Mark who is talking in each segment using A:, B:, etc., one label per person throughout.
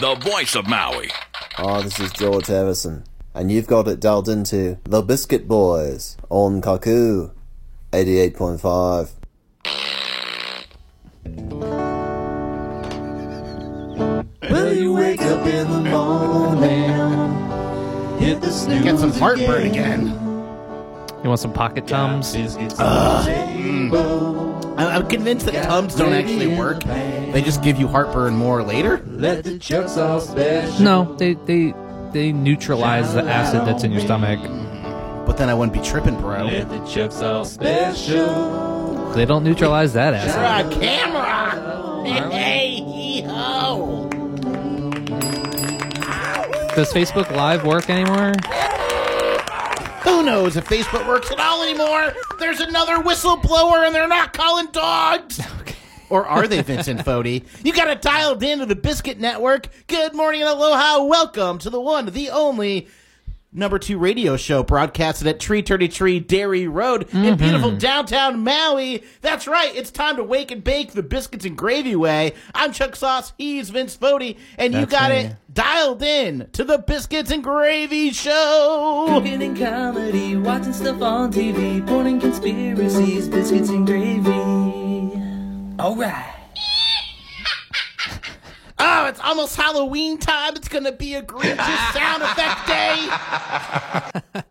A: the voice of Maui.
B: Oh, this is George Harrison. And you've got it dialed into The Biscuit Boys on Kaku 88.5. Will you wake up in the morning? Hit the snooze
C: Get some heartburn again.
D: You want some pocket tums?
C: I- I'm convinced that tums don't actually work. They just give you heartburn more later.
B: Let the chucks off special.
D: No, they they they neutralize the acid that's in your stomach.
C: But then I wouldn't be tripping, bro.
B: the chucks off special.
D: They don't neutralize that acid.
C: camera. Hey, hee-ho.
D: Does Facebook Live work anymore?
C: Who knows if Facebook works at all anymore? There's another whistleblower, and they're not calling dogs. Or are they Vincent Fodi? You got it dialed into the Biscuit Network. Good morning and aloha. Welcome to the one, the only number two radio show broadcasted at Tree Thirty Tree Dairy Road
D: Mm-hmm.
C: in beautiful downtown Maui. That's right. It's time to wake and bake the biscuits and gravy way. I'm Chuck Sauce. He's Vince Fodi, and you
D: That's
C: got
D: me.
C: it dialed in to the Biscuits and Gravy Show.
E: Cooking and comedy, watching stuff on TV, porn and conspiracies, biscuits and gravy. All right.
C: Oh, it's almost Halloween time. It's gonna be a Grinch's sound effect day.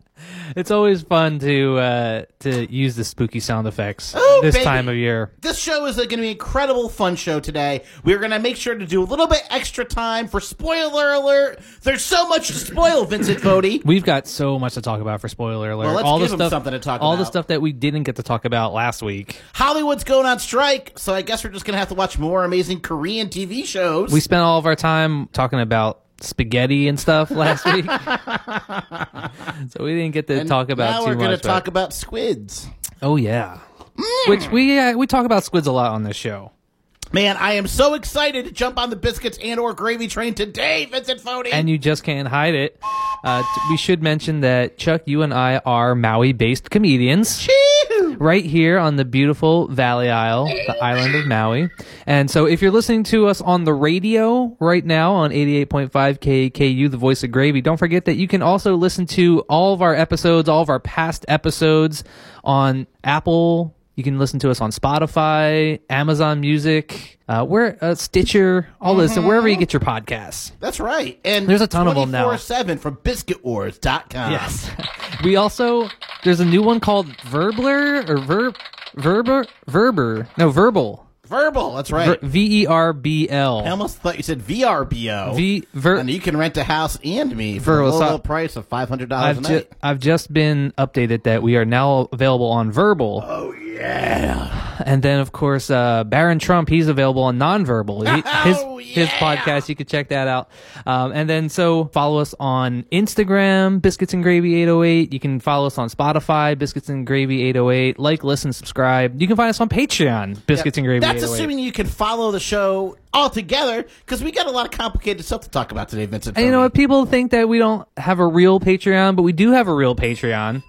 D: It's always fun to uh, to use the spooky sound effects
C: Ooh,
D: this
C: baby.
D: time of year.
C: This show is going to be an incredible fun show today. We're going to make sure to do a little bit extra time for spoiler alert. There's so much to spoil, Vincent Fodi.
D: We've got so much to talk about for spoiler alert.
C: Well, let's
D: all
C: give
D: the
C: 'em
D: stuff,
C: something to talk
D: all the
C: about.
D: stuff that we didn't get to talk about last week.
C: Hollywood's going on strike, so I guess we're just going to have to watch more amazing Korean TV shows.
D: We spent all of our time talking about spaghetti and stuff last week, so we didn't get to
C: And
D: talk about
C: now
D: too
C: we're gonna
D: much.
C: talk
D: but-
C: about squids.
D: oh yeah, which we uh, we talk about squids a lot on this show.
C: Man, I am so excited to jump on the biscuits and or gravy train today, Vincent Fodi.
D: and you just can't hide it. Uh, t- we should mention that Chuck, you and I are Maui-based comedians, right here on the beautiful Valley Isle, the island of Maui. And so, if you're listening to us on the radio right now on 88.5 KKU, the voice of gravy, don't forget that you can also listen to all of our episodes, all of our past episodes on Apple. You can listen to us on Spotify, Amazon Music, uh, where uh, Stitcher, all this, and wherever you get your podcasts.
C: That's right. And
D: There's a ton of 'em now.
C: 24/7 from biscuitwars.com.
D: Yes. we also there's a new one called Verbler or Verb Verber Verber. No, verbal.
C: Verbal, that's right.
D: V E R B
C: I
D: L.
C: almost thought you said VRBO.
D: V Ver
C: and you can rent a house and me for
D: Bro,
C: a low,
D: so-
C: low price of five hundred dollars a
D: I've, ju-
C: night.
D: I've just been updated that we are now available on verbal. Oh yeah! And then of course, uh, Baron Trump he's available on nonverbal. He, his
C: Oh,
D: his podcast you can check that out. Um, and then so follow us on Instagram, Biscuits and Gravy eight oh eight. You can follow us on Spotify, Biscuits and Gravy eight oh eight. Like, listen, subscribe. You can find us on Patreon, Biscuits and Gravy.
C: That's
D: 808.
C: assuming you can follow the show altogether because we got a lot of complicated stuff to talk about today, Vincent.
D: And you know what? People think that we don't have a real Patreon, but we do have a real Patreon.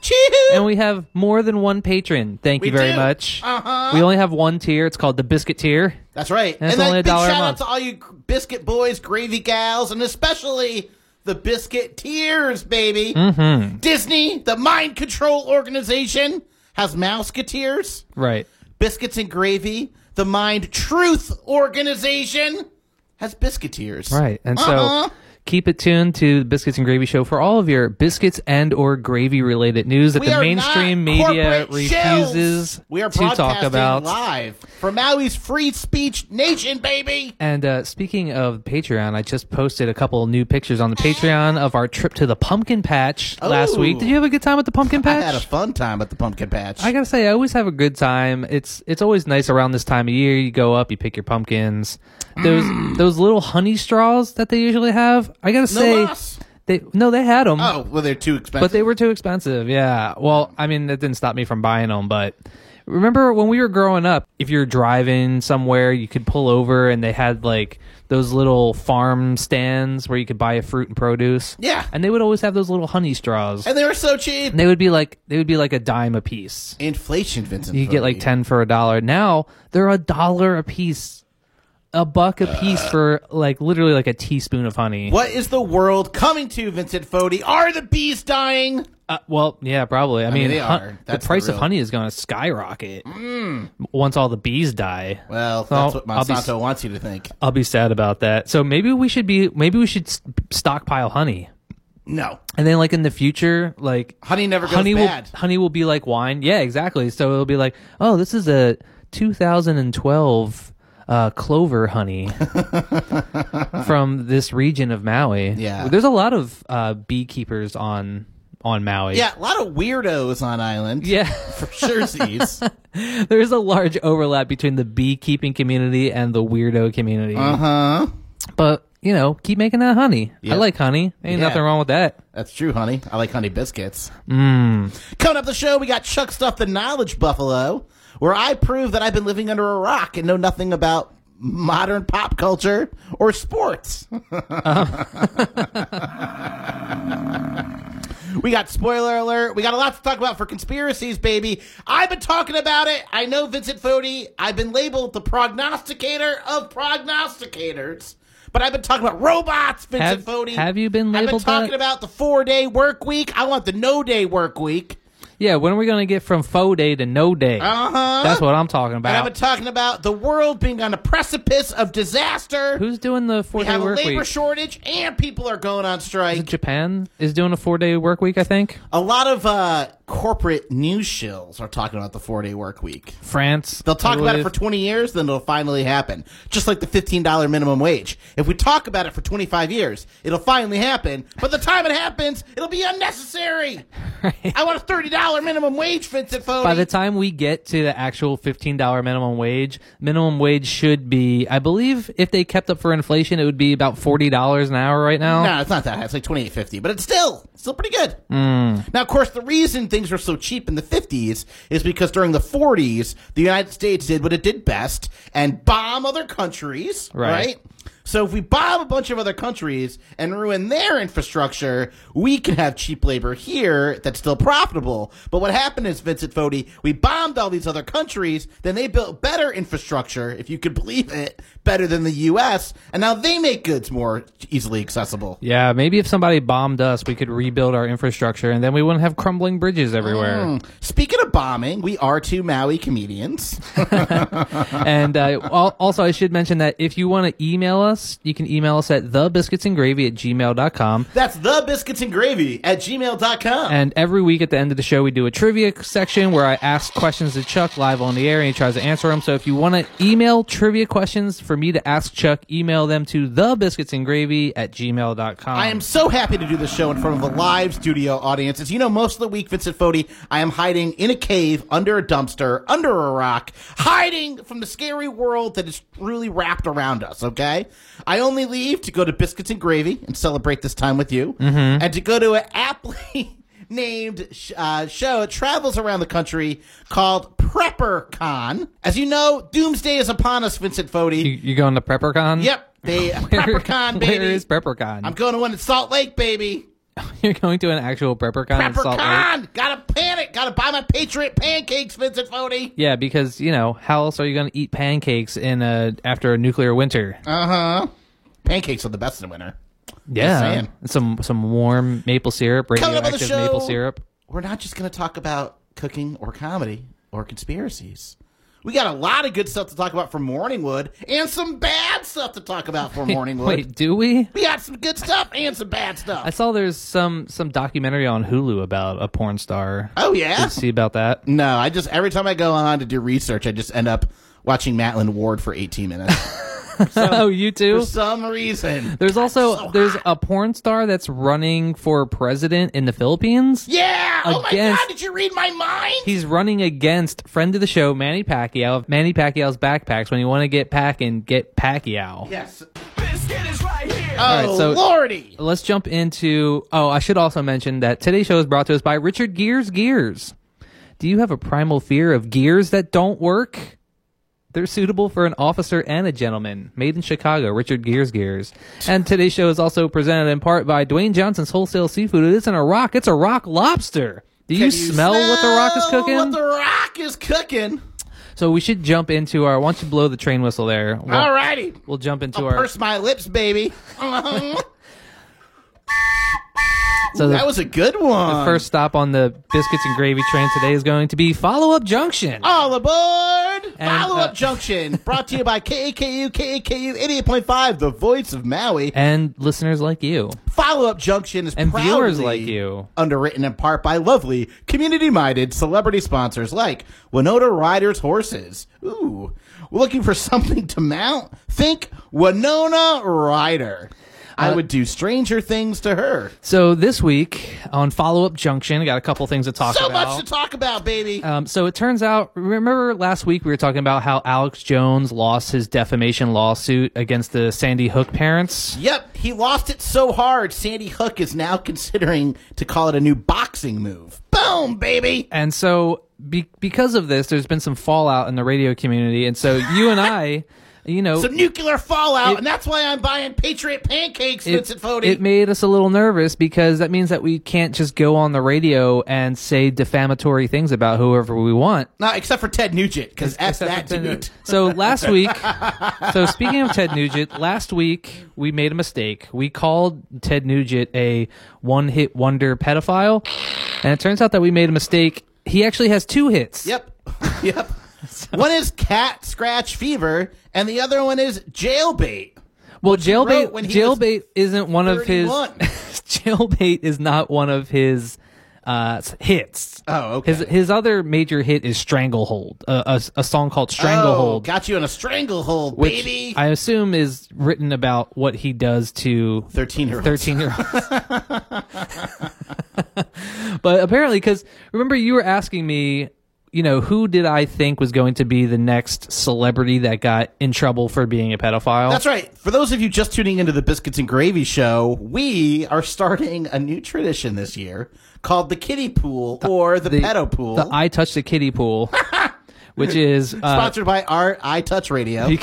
D: and we have more than one patron. Thank you
C: We
D: very
C: do.
D: much.
C: Uh-huh.
D: We only have one tier. It's called the biscuit tier.
C: That's right.
D: And it's
C: then
D: only a
C: big
D: dollar a
C: shout out
D: month.
C: to all you biscuit boys, gravy gals, and especially the biscuit tears, baby. Mm-hmm. Disney, the mind control organization, has mouseketeers.
D: Right.
C: Biscuits and Gravy, the Mind Truth Organization, has Biscuiteers.
D: Right. And
C: Uh-uh.
D: so keep it tuned to the Biscuits and Gravy Show for all of your biscuits and or gravy related news that
C: We
D: the
C: are
D: mainstream
C: not
D: media
C: corporate shells.
D: refuses
C: we are
D: to talk
C: broadcasting
D: about.
C: live from Maui's free speech nation, baby.
D: And uh, speaking of Patreon, I just posted a couple new pictures on the Patreon of our trip to the pumpkin patch last
C: Ooh.
D: week. Did you have a good time at the pumpkin
C: I
D: patch?
C: had a fun time at the pumpkin patch.
D: I gotta say, I always have a good time. It's it's always nice around this time of year. You go up, you pick your pumpkins. Those those little honey straws that they usually have. I gotta
C: Mm. No
D: say,
C: loss.
D: they no, they had them,
C: oh, well, they're too
D: but
C: expensive.
D: they were too expensive. Yeah. Well, I mean, that didn't stop me from buying them, but. Remember when we were growing up, if you're driving somewhere, you could pull over and they had like those little farm stands where you could buy fruit and produce.
C: Yeah.
D: And they would always have those little honey straws.
C: and they were so cheap.
D: And they would be like they would be like a dime a piece.
C: Inflation, Vincent.
D: You get like
C: Foley.
D: ten for a dollar. Now they're a dollar a piece. a buck a piece for like literally like a teaspoon of honey.
C: Uh, What is the world coming to, Vincent Fodi? Are the bees dying?
D: Uh, well, yeah, probably. I, mean,
C: they
D: hun-
C: are.
D: the
C: That's the
D: price
C: real- Mm.
D: of honey is going to skyrocket once all the bees die.
C: Well,
D: So,
C: that's what
D: I'll be-
C: Monsanto wants you to think.
D: I'll be sad about that. So maybe we should be maybe we should s- stockpile honey.
C: No,
D: And then like in the future, like
C: honey never goes
D: honey
C: bad.
D: will honey will be like wine. Yeah, exactly. So it'll be like, "Oh, this is a 2012 uh, clover honey from this region of Maui."
C: Yeah.
D: There's a lot of uh, beekeepers on on Maui.
C: Yeah, a lot of weirdos on island.
D: Yeah.
C: for sure, sees.
D: There is a large overlap between the beekeeping community and the weirdo community.
C: Uh huh.
D: But, you know, keep making that honey. I
C: Yep.
D: like honey. Ain't
C: Yeah.
D: nothing wrong with that.
C: That's true, honey. I like honey biscuits. Coming up the show, we got Chuck Stuff the Knowledge Buffalo, where I prove that I've been living under a rock and know nothing about modern pop culture or sports. we got spoiler alert. We got a lot to talk about for conspiracies, baby. I've been talking about it. I know Vincent Fodi. I've been labeled the prognosticator of prognosticators. But I've been talking about robots, Vincent
D: Have-
C: Fodi.
D: have you been
C: I've been
D: labeled
C: talking
D: that?
C: about the four day work week. I want the no day work week.
D: Yeah, when are we going to get from faux day to no day?
C: Uh-huh.
D: That's what I'm talking
C: And I've
D: about.
C: been talking about the world being on a precipice of disaster.
D: Who's doing the
C: we
D: four day
C: have a
D: work
C: labor
D: week?
C: shortage, and people are going on strike.
D: Japan is doing a four day work week, I think.
C: A lot of uh, corporate news shills are talking about the four day work week.
D: France.
C: They'll talk
D: I
C: about it
D: believe.
C: for 20 years, then it'll finally happen. Just like the $15 minimum wage. If we talk about it for 25 years, it'll finally happen. But the time it happens, it'll be unnecessary. I want a $30 minimum wage, Vincent Fodi.
D: By the time we get to the actual fifteen dollar minimum wage, minimum wage should be, I believe, if they kept up for inflation, it would be about forty dollars an hour right now.
C: No, it's not that high. It's like twenty eight fifty, but it's still still pretty good. Now, of course, the reason things were so cheap in the fifties is because during the forties, the United States did what it did best and bomb other countries. Right.
D: Right.
C: So if we bomb a bunch of other countries and ruin their infrastructure, we can have cheap labor here that's still profitable. But what happened is, Vincent Fodi, we bombed all these other countries, then they built better infrastructure, if you could believe it, better than the U.S., and now they make goods more easily accessible.
D: Yeah, maybe if somebody bombed us, we could rebuild our infrastructure, and then we wouldn't have crumbling bridges everywhere.
C: Mm. Speaking of bombing, we are two Maui comedians.
D: and uh, al- also, I should mention that if you want to email us, you can email us at thebiscuitsandgravy at gmail.com.
C: That's the biscuits and gravy at gmail.com.
D: And every week at the end of the show, we do a trivia section where I ask questions to Chuck live on the air and he tries to answer them. So if you want to email trivia questions for me to ask Chuck, email them to thebiscuitsandgravy at gmail.com.
C: I am so happy to do this show in front of a live studio audience. As you know, most of the week, Vincent Fodi, I am hiding in a cave, under a dumpster, under a rock, hiding from the scary world that is truly wrapped around us, okay? I only leave to go to Biscuits and Gravy and celebrate this time with you,
D: Mm-hmm.
C: and to go to an aptly named sh- uh, show. It travels around the country called PrepperCon. As you know, doomsday is upon us, Vincent Fodi.
D: You, you going to PrepperCon?
C: yep, they PrepperCon, baby.
D: Where is PrepperCon?
C: I'm going to one in Salt Lake, baby.
D: You're going to an actual PrepperCon in Salt Lake?
C: PrepperCon! Gotta panic! Gotta buy my Patriot pancakes, Vincent Fodi!
D: Yeah, because, you know, how else are you going to eat pancakes in a, after a nuclear winter?
C: Uh huh. Pancakes are the best in the winter.
D: yeah.
C: saying.
D: Some some warm maple syrup,
C: Coming up on the
D: radioactive
C: show,
D: maple syrup.
C: we're not just gonna talk about cooking or comedy or conspiracies. We got a lot of good stuff to talk about for Morningwood and some bad stuff to talk about for Morningwood.
D: Wait, do we?
C: We got some good stuff and some bad
D: I
C: stuff.
D: saw there's some some documentary on Hulu about a porn star.
C: Oh, yeah?
D: Did you see about that?
C: No, I just, every time I go on to do research, I just end up watching Matlin Ward for 18 minutes.
D: oh, you
C: for
D: too.
C: some reason.
D: There's also there's a porn star that's running for president in the Philippines.
C: Yeah! Oh my
D: Against-
C: god, did you read my mind?
D: He's running against friend of the show Manny Pacquiao. of Manny Pacquiao's backpacks. When you want to get packing, get Pacquiao.
C: Yes.
E: Biscuit is right here.
C: Oh,
D: right, so-
C: lordy.
D: Let's jump into. Oh, I should also mention that today's show is brought to us by Richard Gears Gears. Do you have a primal fear of gears that don't work? They're suitable for an officer and a gentleman. Made in Chicago, Richard Gears Gears. And today's show is also presented in part by Dwayne Johnson's Wholesale Seafood. It isn't a rock, it's a rock lobster. Do you, smell, what the rock is
C: Smell
D: cooking?
C: What the rock is cooking.
D: So we should jump into our. Why don't you blow the train whistle there? We'll,
C: All righty.
D: We'll jump into our.
C: Purse my lips, baby. that
D: so the
C: was a good one.
D: first stop on the biscuits and gravy train today is going to be Follow Up Junction.
C: All aboard!
D: And,
C: Follow up
D: uh,
C: junction brought to you by KAKU, KAKU 88.5, the voice of Maui.
D: and listeners like you.
C: Follow up junction is
D: And
C: proudly
D: viewers like you.
C: underwritten in part by lovely, community minded celebrity sponsors like Winona Riders Horses. Ooh, looking for something to mount? Think Winona Ryder.
D: Uh,
C: I would do stranger things to her.
D: So this week on Follow Up Junction, I got a couple things to talk
C: So
D: about.
C: much to talk about, baby.
D: Um, so it turns out, remember last week we were talking about how Alex Jones lost his defamation lawsuit against the Sandy Hook parents?
C: Yep, he lost it so hard, Sandy Hook is now considering to call it a new boxing move. Boom, baby!
D: And so, be- because of this, there's been some fallout in the radio community. And so, you and I, you know,
C: Some nuclear fallout, and that's why I'm buying Patriot pancakes, Vincent Fodi.
D: it made us a little nervous because that means that we can't just go on the radio and say defamatory things about whoever we want.
C: Not except for Ted Nugent, because F that
D: Except for
C: dude.
D: Ted Nugent. So last week, so speaking of Ted Nugent, last week we made a mistake. We called Ted Nugent a one-hit wonder pedophile, and it turns out that we made a mistake. He actually has two hits.
C: Yep, yep. One is cat scratch fever, and the other one is jailbait.
D: Well,
C: wrote
D: jailbait
C: when he
D: jailbait isn't one of his
C: 31.
D: jailbait is not one of his uh, s- hits.
C: Oh, okay.
D: His his other major hit is Stranglehold, a, a s- a song called
C: Oh,
D: Stranglehold.
C: got you in a stranglehold,
D: which
C: baby.
D: I assume is written about what he does to
C: 13 year old.
D: 13 year olds. but apparently, because remember, you were asking me, you know, who did I think was going to be the next celebrity that got in trouble for being a pedophile?
C: That's right. For those of you just tuning into the Biscuits and Gravy Show, we are starting a new tradition this year called the kiddie pool or the, pedo pool.
D: The I touched a kiddie pool, which is uh,
C: sponsored by our I Touch Radio.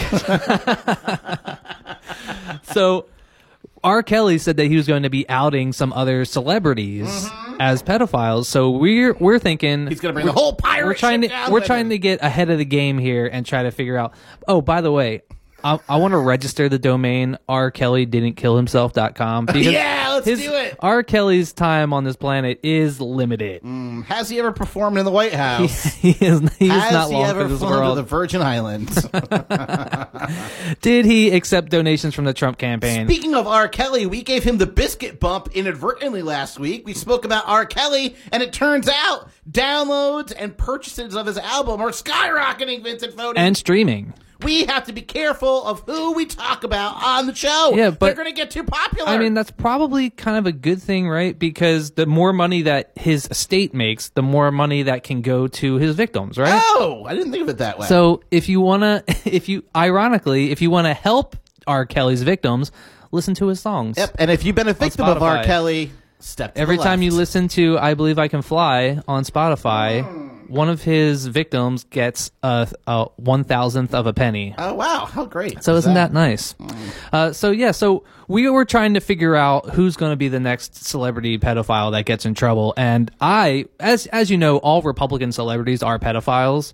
D: so. R. Kelly said that he was going to be outing some other celebrities as pedophiles. So we're we're thinking
C: Mm-hmm. He's going to bring the whole pirate
D: we're trying
C: ship
D: to
C: down
D: we're
C: with
D: trying
C: him.
D: to get ahead of the game here and try to figure out oh by the way i, I want to register the domain r kelly didn't kill himself.com because
C: Yeah, let's
D: his,
C: do it.
D: r kelly's time on this planet is limited
C: Mm. Has he ever performed in the White House?
D: he is, he is
C: Has
D: not
C: he
D: long for
C: ever
D: this
C: flown
D: world
C: to the Virgin Islands?
D: did he accept donations from the trump campaign
C: Speaking of R. Kelly, we gave him the biscuit bump inadvertently last week. We spoke about R. Kelly, and it turns out downloads and purchases of his album are skyrocketing, Vincent Fodi.
D: and streaming
C: we have to be careful of who we talk about on the show.
D: Yeah, but-
C: they're going to get too popular.
D: I mean, that's probably kind of a good thing, right? Because the more money that his estate makes, the more money that can go to his victims, right?
C: oh, I didn't think of it that way.
D: So if you wanna, if you ironically, if you wanna help R. Kelly's victims, listen to his songs.
C: yep. And if you've been a victim of R.
D: Spotify.
C: Kelly, step to
D: Every
C: the
D: time
C: left.
D: you listen to "I Believe I Can Fly" on Spotify,
C: Hmm.
D: one of his victims gets a, a one thousandth of a penny.
C: Oh wow, how great!
D: So isn't that nice?
C: Mm.
D: Uh, so yeah, so we were trying to figure out who's going to be the next celebrity pedophile that gets in trouble, and I, as as you know, all Republican celebrities are pedophiles.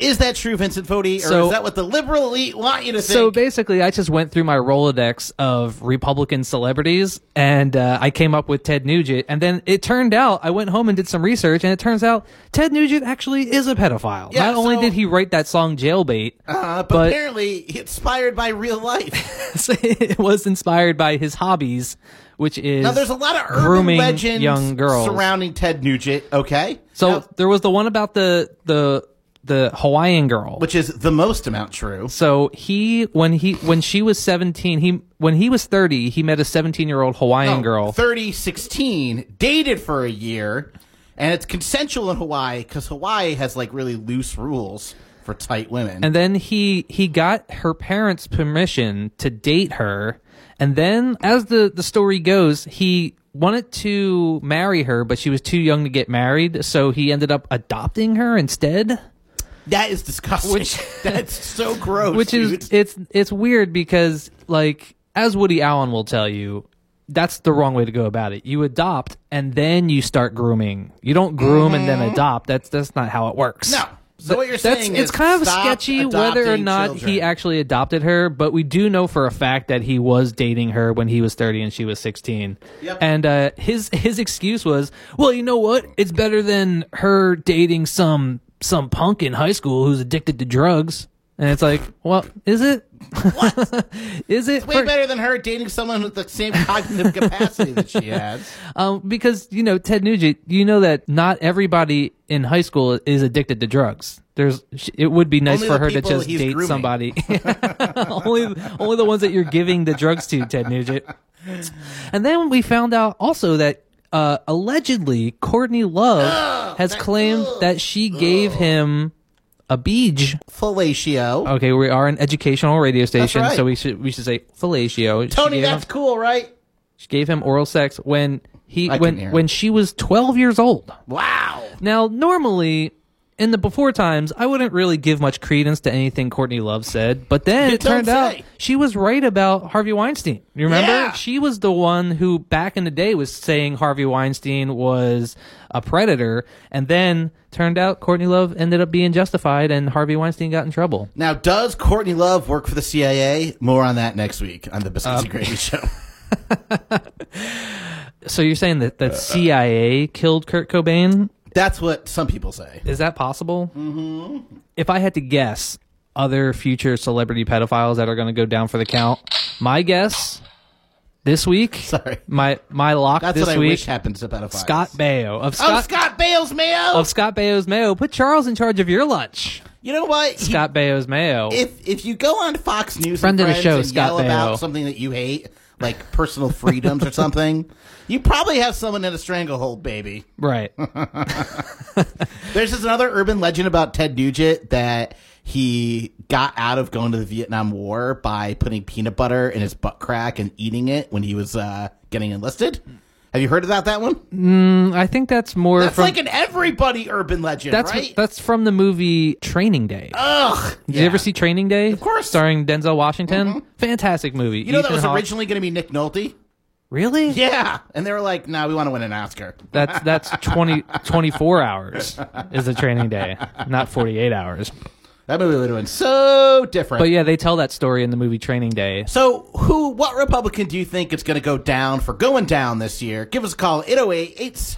C: Is that true, Vincent Fodi, or
D: So-
C: is that what the liberal elite want you to
D: So
C: think?
D: basically, I just went through my Rolodex of Republican celebrities, and uh, I came up with Ted Nugent. And then it turned out I went home and did some research, and it turns out Ted Nugent actually is a pedophile.
C: Yeah,
D: Not only
C: so-
D: did he write that song "Jailbait,"
C: uh, but,
D: but-
C: apparently, inspired by real life.
D: it was inspired by his hobbies, which is
C: now, there's a lot of urban
D: grooming
C: legends
D: young girls.
C: surrounding Ted Nugent. Okay,
D: so
C: Now,
D: there was the one about the the the Hawaiian girl.
C: which is the most amount true.
D: so he when he when she was 17 he when he was 30 he met a 17 year old
C: Oh,
D: hawaiian girl
C: 30, 16, dated for a year, and it's consensual in Hawaii because Hawaii has like really loose rules for tight women.
D: and then he he got her parents permission to date her and then as the the story goes he wanted to marry her but she was too young to get married so he ended up adopting her instead
C: that is disgusting.
D: Which-
C: That's so gross.
D: which
C: dude.
D: is it's it's weird because like as Woody Allen will tell you that's the wrong way to go about it. You adopt and then you start grooming. You don't groom and then adopt. That's that's not how it works.
C: no. So what you're
D: That's,
C: saying is
D: it's kind of
C: stop
D: sketchy whether or
C: adopting
D: not he
C: children.
D: actually adopted her, but we do know for a fact that he was dating her when he was 30 and she was 16.
C: Yep.
D: And uh, his his excuse was, well, you know what? It's better than her dating some some punk in high school who's addicted to drugs. And it's like, well, is it? is it?
C: Way
D: for-
C: better than her dating someone with the same cognitive capacity that she has.
D: Um, because you know Ted Nugent, you know that not everybody in high school is addicted to drugs. There's, sh- it would be nice
C: Only
D: for
C: the
D: her to
C: people
D: just
C: he's
D: date
C: grooming.
D: somebody. only, only the ones that you're giving the drugs to, Ted Nugent. And then we found out also that uh, allegedly Courtney Love has claimed that she gave him a beej.
C: Fellatio.
D: Okay, we are an educational radio station,
C: right.
D: so we should we should say fellatio. She
C: Tony,
D: gave him-
C: that's cool, right?
D: she gave him oral sex when he
C: I
D: when
C: can hear.
D: when she was 12 years old.
C: Wow.
D: Now, normally in the before times, I wouldn't really give much credence to anything Courtney Love said, but then
C: You
D: it turned
C: don't
D: out
C: say.
D: she was right about Harvey Weinstein. You remember?
C: Yeah.
D: She was the one who back in the day was saying Harvey Weinstein was a predator, and then turned out Courtney Love ended up being justified and Harvey Weinstein got in trouble.
C: Now, does Courtney Love work for the CIA? More on that next week on the Biscuits
D: Um,
C: and Gravy Show.
D: So you're saying that
C: Uh,
D: that CIA killed Kurt Cobain?
C: That's what some people say.
D: Is that possible? Mm-hmm. If I had to guess other future celebrity pedophiles that are going to go down for the count, my guess this week,
C: Sorry.
D: my my lock
C: That's
D: this
C: what I
D: week,
C: wish happens to pedophiles.
D: Scott Baio of
C: Oh,
D: Scott, Oh,
C: Scott Bales, Mayo.
D: of Scott Baio's Mayo. Put Charles in charge of your lunch,
C: you know what? He-
D: Scott Baio's Mayo.
C: if if you go on Fox News
D: Friend of
C: and
D: the
C: Friends
D: show,
C: and
D: Scott
C: yell about
D: Baio.
C: something that you hate, like personal freedoms or something, you probably have someone in a stranglehold, baby.
D: right. Mm,
C: There's this another urban legend about Ted Nugent that he got out of going to the Vietnam War by putting peanut butter in his butt crack and eating it when he was uh, getting enlisted. Have you heard about that one?
D: I think that's more
C: That's
D: from
C: like an everybody urban legend,
D: that's
C: right?
D: that's from the movie Training Day.
C: Ugh.
D: Did you ever see Training Day? Of
C: course. Mm-hmm.
D: starring Denzel Washington. Fantastic movie.
C: You know that
D: Ethan
C: was
D: Hawke-
C: originally going to be Nick Nolte.
D: really?
C: Yeah, and they were like, "No, nah, we want to win an Oscar."
D: That's that's 20, 24 hours is the training day, not 48 hours.
C: That movie would have been so different.
D: But yeah, they tell that story in the movie Training Day.
C: So, who, what Republican do you think is going to go down for going down this year? Give us a call 808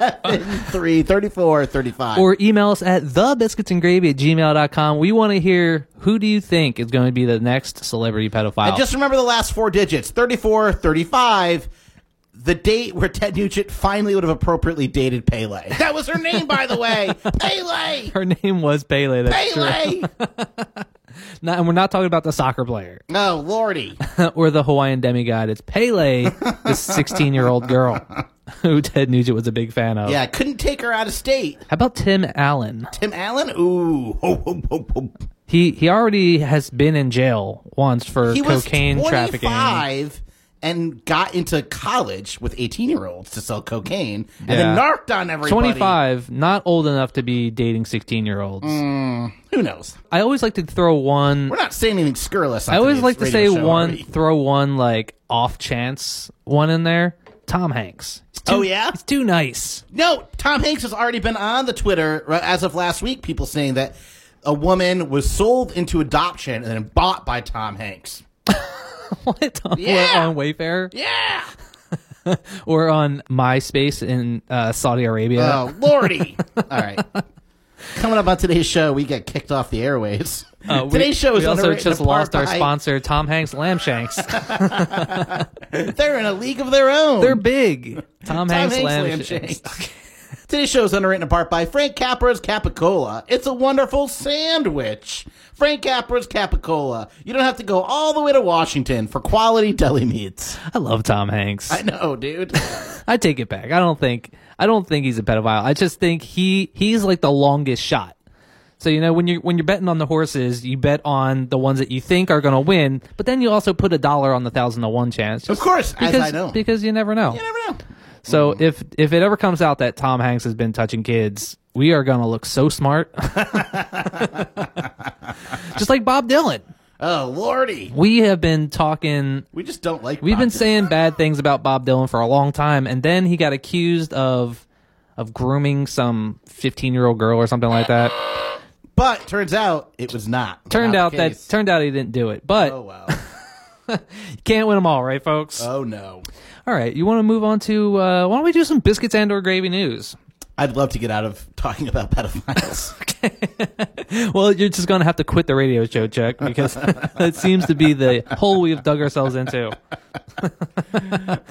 C: 873 3435.
D: Or email us at thebiscuitsandgravy at gmail.com. We want to hear who do you think is going to be the next celebrity pedophile?
C: And just remember the last four digits 34 35, the date where Ted Nugent finally would have appropriately dated Pele. That was her name, by the way. Pele!
D: Her name was Pele. That's true.
C: Pele!
D: Not, and we're not talking about the soccer player
C: Oh, Lordy.
D: or the Hawaiian demigod. It's Pele, this 16 year old girl who Ted Nugent was a big fan of.
C: Yeah, I couldn't take her out of state.
D: How about Tim Allen?
C: Tim Allen? Ooh. Ho, ho, ho, ho.
D: He he already has been in jail once for
C: He was
D: cocaine
C: 25
D: trafficking.
C: and got into college with 18 year olds to sell cocaine and
D: Yeah.
C: then narked on everybody.
D: 25, not old enough to be dating 16 year olds.
C: Who knows?
D: I always like to throw one.
C: We're not saying anything scurrilous.
D: I always like to say one, throw one like off chance one in there. Tom Hanks. He's too-
C: Oh, yeah?
D: He's too nice.
C: No, Tom Hanks has already been on the Twitter right, as of last week, people saying that a woman was sold into adoption and then bought by Tom Hanks.
D: What? Tom-
C: Yeah.
D: On Wayfair
C: Yeah.
D: or on MySpace in uh, Saudi Arabia.
C: Oh, Lordy. All right. Coming up on today's show, we get kicked off the airwaves.
D: Uh, we-
C: today's show is
D: we also
C: underwritten
D: just
C: in part
D: lost our
C: by-
D: sponsor, Tom Hanks Lamb Shanks.
C: They're in a league of their own.
D: They're big. Tom,
C: Tom Hanks,
D: Lamb
C: Lamb
D: Shanks.
C: Shanks. Today's show is underwritten in part by Frank Capra's Capicola. It's a wonderful sandwich. Frank Capra's Capicola. You don't have to go all the way to Washington for quality deli meats.
D: I love Tom Hanks.
C: I know, dude.
D: I take it back. I don't think I don't think he's a pedophile. I just think he he's like the longest shot. So you know when you are when you're betting on the horses, you bet on the ones that you think are going to win, but then you also put a dollar on the thousand to one chance.
C: of
D: just
C: course,
D: because,
C: as I know.
D: because you never know.
C: you never know.
D: so if if it ever comes out that Tom Hanks has been touching kids, we are going to look so smart, just like Bob Dylan.
C: Oh, Lordy.
D: We have been talking
C: We just don't like
D: We've been
C: Bob Dylan.
D: saying bad things about Bob Dylan for a long time, and then he got accused of of grooming some fifteen year old girl or something like that.
C: But turns out it was not.
D: Turned
C: Not
D: out
C: the
D: that
C: case.
D: turned out he didn't do it, but
C: oh wow.
D: can't win them all, right, folks?
C: Oh no.
D: all right, you want to move on to uh, why don't we do some biscuits and or gravy news?
C: I'd love to get out of talking about pedophiles.
D: Well, you're just gonna have to quit the radio show, Chuck, because that seems to be the hole we've dug ourselves into.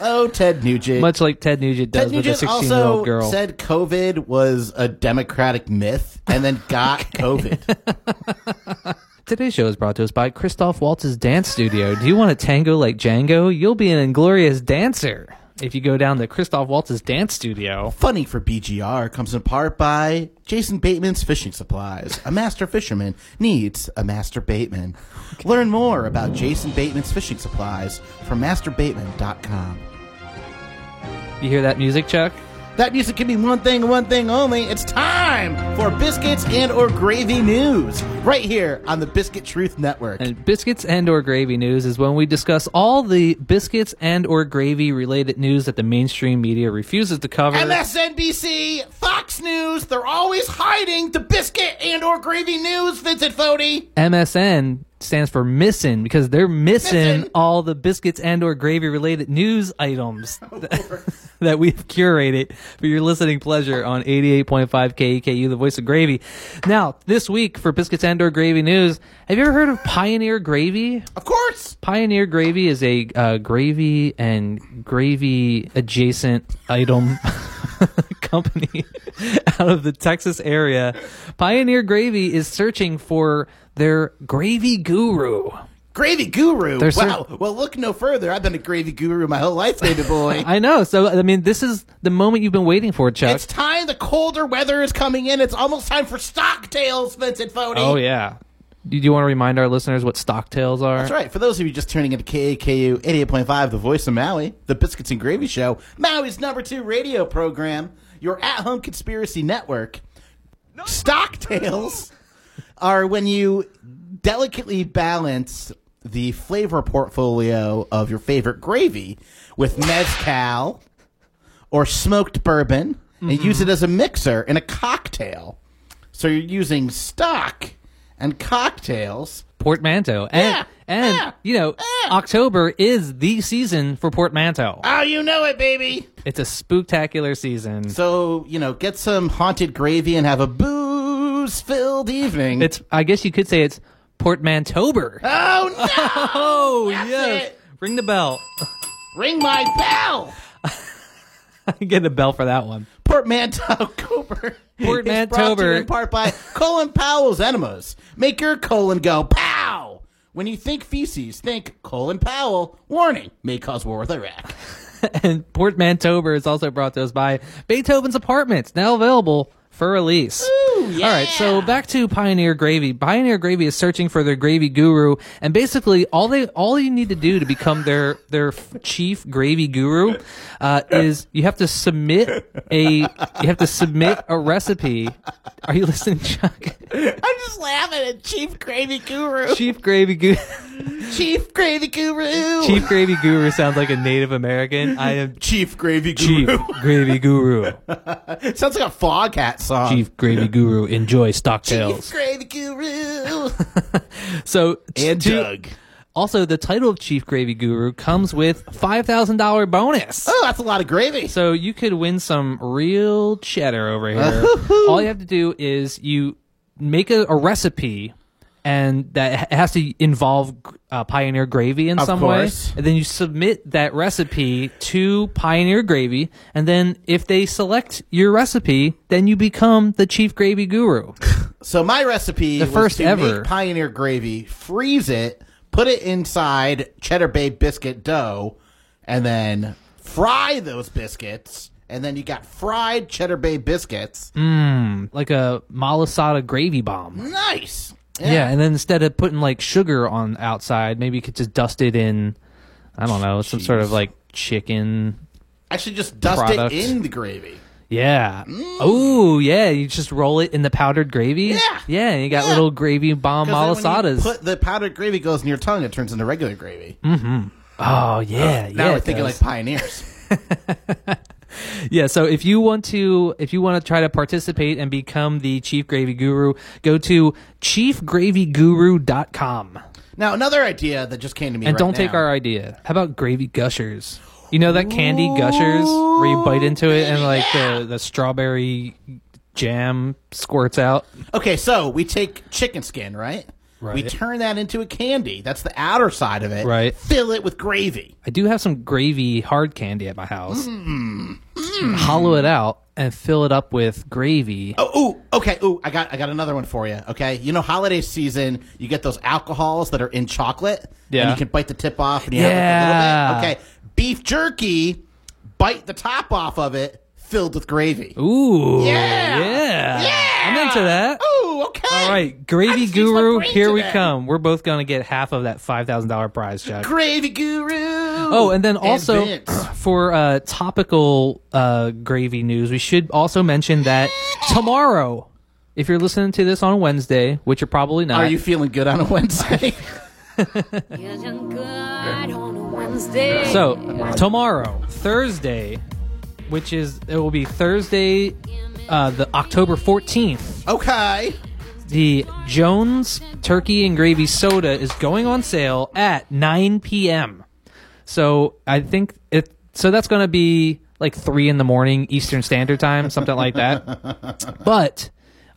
C: oh, Ted Nugent.
D: Much like Ted Nugent does
C: Ted
D: with a
C: Nugent
D: 16 year
C: also
D: old girl.
C: said COVID was a democratic myth, and then got COVID.
D: Today's show is brought to us by Christoph Waltz's Dance Studio. Do you want to tango like Django? You'll be an inglorious dancer if you go down to Christoph Waltz's Dance Studio.
C: Funny for BGR comes in part by Jason Bateman's Fishing Supplies. A master fisherman needs a master Bateman. Learn more about Jason Bateman's Fishing Supplies from masterbateman.com.
D: You hear that music, Chuck?
C: That music can be one thing, and one thing only. It's time for biscuits and or gravy news right here on the Biscuit Truth Network.
D: And biscuits and or gravy news is when we discuss all the biscuits and or gravy related news that the mainstream media refuses to cover.
C: MSNBC, Fox News, they're always hiding the biscuit and or gravy news, Vincent Fodi.
D: MSN stands for missing because they're missing
C: Missing.
D: all the biscuits and or gravy related news items that, that we've curated for your listening pleasure on 88.5 KEKU E the voice of gravy. Now, this week for biscuits and or gravy news, have you ever heard of Pioneer Gravy?
C: Of course.
D: Pioneer Gravy is a uh, gravy and gravy adjacent item company out of the Texas area. Pioneer Gravy is searching for their gravy guru.
C: Gravy guru.
D: There's
C: wow.
D: certain-
C: well, look no further. I've been a gravy guru my whole life, baby boy.
D: I know. So, I mean, this is the moment you've been waiting for, Chuck.
C: it's time. The colder weather is coming in. It's almost time for stock tales, Vincent Fodi.
D: oh, yeah. Do you want to remind our listeners what stocktails are?
C: That's right. For those of you just tuning into KAKU 88.5, the voice of Maui, the Biscuits and Gravy Show, Maui's number two radio program, your at home conspiracy network. Stock tales are when you delicately balance the flavor portfolio of your favorite gravy with mezcal or smoked bourbon and use it as a mixer in a cocktail. So you're using stock and cocktails.
D: Portmanteau. And,
C: Yeah,
D: and
C: yeah,
D: you know,
C: yeah.
D: October is the season for portmanteau.
C: Oh, you know it, baby.
D: It's a spooktacular season.
C: So, you know, get some haunted gravy and have a booze filled evening.
D: It's I guess you could say it's Portmantober.
C: Oh no!
D: Oh
C: that's it.
D: Ring the bell.
C: Ring my bell!
D: I get a bell for that one.
C: Portmanteau Cooper. is brought to you
D: Portmantober.
C: In part by Colin Powell's enemas. Make your colon go pow! When you think feces, think Colin Powell. Warning, may cause war with Iraq.
D: And Portmantober is also brought to us by Beethoven's Apartments, now available for release.
C: Ooh, yeah.
D: All right, so back to Pioneer Gravy. Pioneer Gravy is searching for their gravy guru, and basically all they all you need to do to become their their f- chief gravy guru uh, is you have to submit a you have to submit a recipe. Are you listening, Chuck?
C: I'm just laughing at Chief Gravy Guru.
D: chief gravy guru.
C: Chief Gravy Guru.
D: Chief Gravy Guru sounds like a Native American. I am
C: Chief Gravy
D: Chief
C: Guru.
D: Gravy Guru.
C: It sounds like a fog hat song.
D: Chief Gravy Guru. Enjoy
C: Chief
D: stocktails.
C: Gravy Guru.
D: So
C: and
D: to-
C: Doug.
D: Also, the title of Chief Gravy Guru comes with five thousand dollar bonus.
C: Oh, that's a lot of gravy.
D: So you could win some real cheddar over here.
C: Oh.
D: All you have to do is you make a, a recipe. And that it has to involve uh, Pioneer Gravy in
C: Of
D: some
C: course.
D: way. And then you submit that recipe to Pioneer Gravy. And then if they select your recipe, then you become the chief gravy guru.
C: So my recipe, the
D: first
C: to
D: ever.
C: make pioneer gravy, freeze it, put it inside cheddar bay biscuit dough, and then fry those biscuits, and then you got fried cheddar bay biscuits.
D: Mm. like a malasada gravy bomb.
C: Nice.
D: Yeah. and then instead of putting like sugar on outside, maybe you could just dust it in, I don't know, some sort of like chicken
C: Actually, just dust
D: Product.
C: it in the gravy.
D: Yeah. Oh, yeah. You just roll it in the powdered gravy.
C: Mmm. Yeah.
D: Yeah. And you got
C: Yeah.
D: little gravy bomb
C: 'Cause then when you
D: malasadas. Mm.
C: Put the powdered gravy goes in your tongue. It turns into regular gravy.
D: oh, yeah. yeah.
C: Now we're
D: it
C: thinking
D: does.
C: like pioneers.
D: yeah so if you want to if you want to try to participate and become the chief gravy guru go to chiefgravyguru.com
C: Now, another idea that just came to me.
D: and
C: right
D: don't take
C: now.
D: our idea how about gravy gushers you know that candy gushers where you bite into it and like the, the strawberry jam squirts out
C: Okay, so we take chicken skin, right? We
D: Right.
C: turn that into a candy. That's the outer side of it.
D: Right.
C: Fill it with gravy.
D: I do have some gravy hard candy at my house. Hollow it out and fill it up with gravy.
C: Oh, ooh, okay. Ooh, I got I got another one for you. Okay, you know, holiday season, you get those alcohols that are in chocolate. And
D: Yeah.
C: you can bite the tip off, and you have like
D: Yeah.
C: a little bit. Okay, beef jerky, bite the top off of it, filled with gravy.
D: Ooh.
C: Yeah. Oh,
D: Yeah. I'm into that.
C: Ooh, okay.
D: All right, Gravy
C: I just used my
D: Guru,
C: brain
D: here we
C: today.
D: come. We're both going to get half of that $5,000 prize, Chuck.
C: Gravy guru.
D: Oh, and then also
C: Vince.
D: for uh, topical uh, gravy news, we should also mention that tomorrow, if you're listening to this on Wednesday, which you're probably not,
C: are you feeling good on a Wednesday?
A: Feeling good on a Wednesday.
D: So tomorrow, Thursday, which is it will be Thursday, uh, the October fourteenth.
C: okay.
D: The Jones Turkey and Gravy Soda is going on sale at nine p.m. So I think it. So that's going to be like three in the morning Eastern Standard Time, something like that. But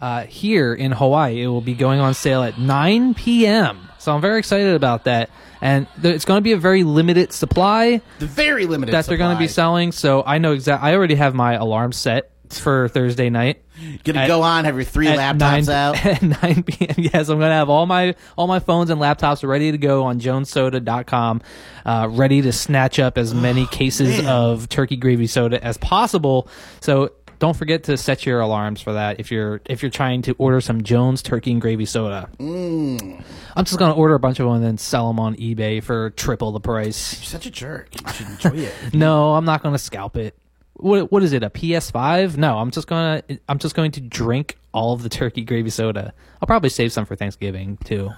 D: uh, here in Hawaii, it will be going on sale at 9 p.m. So I'm very excited about that, and th- it's going to be a very limited supply
C: The very limited.
D: that they're going to be
C: supply.
D: selling. So I know exactly. I already have my alarm set for Thursday night.
C: Gonna
D: at-
C: go on, have your three
D: at
C: laptops
D: nine,
C: out.
D: at 9 p.m. Yes, I'm going to have all my all my phones and laptops ready to go on jonessoda.com, uh, ready to snatch up as many cases of turkey gravy soda as possible. So don't forget to set your alarms for that if you're if you're trying to order some Jones turkey and gravy soda.
C: Mm.
D: I'm just going to order a bunch of them and then sell them on eBay for triple the price.
C: Such a jerk. You should enjoy it.
D: No, I'm not going to scalp it. What what is it? A PS5? No, I'm just gonna I'm just going to drink all of the turkey gravy soda. I'll probably save some for Thanksgiving too.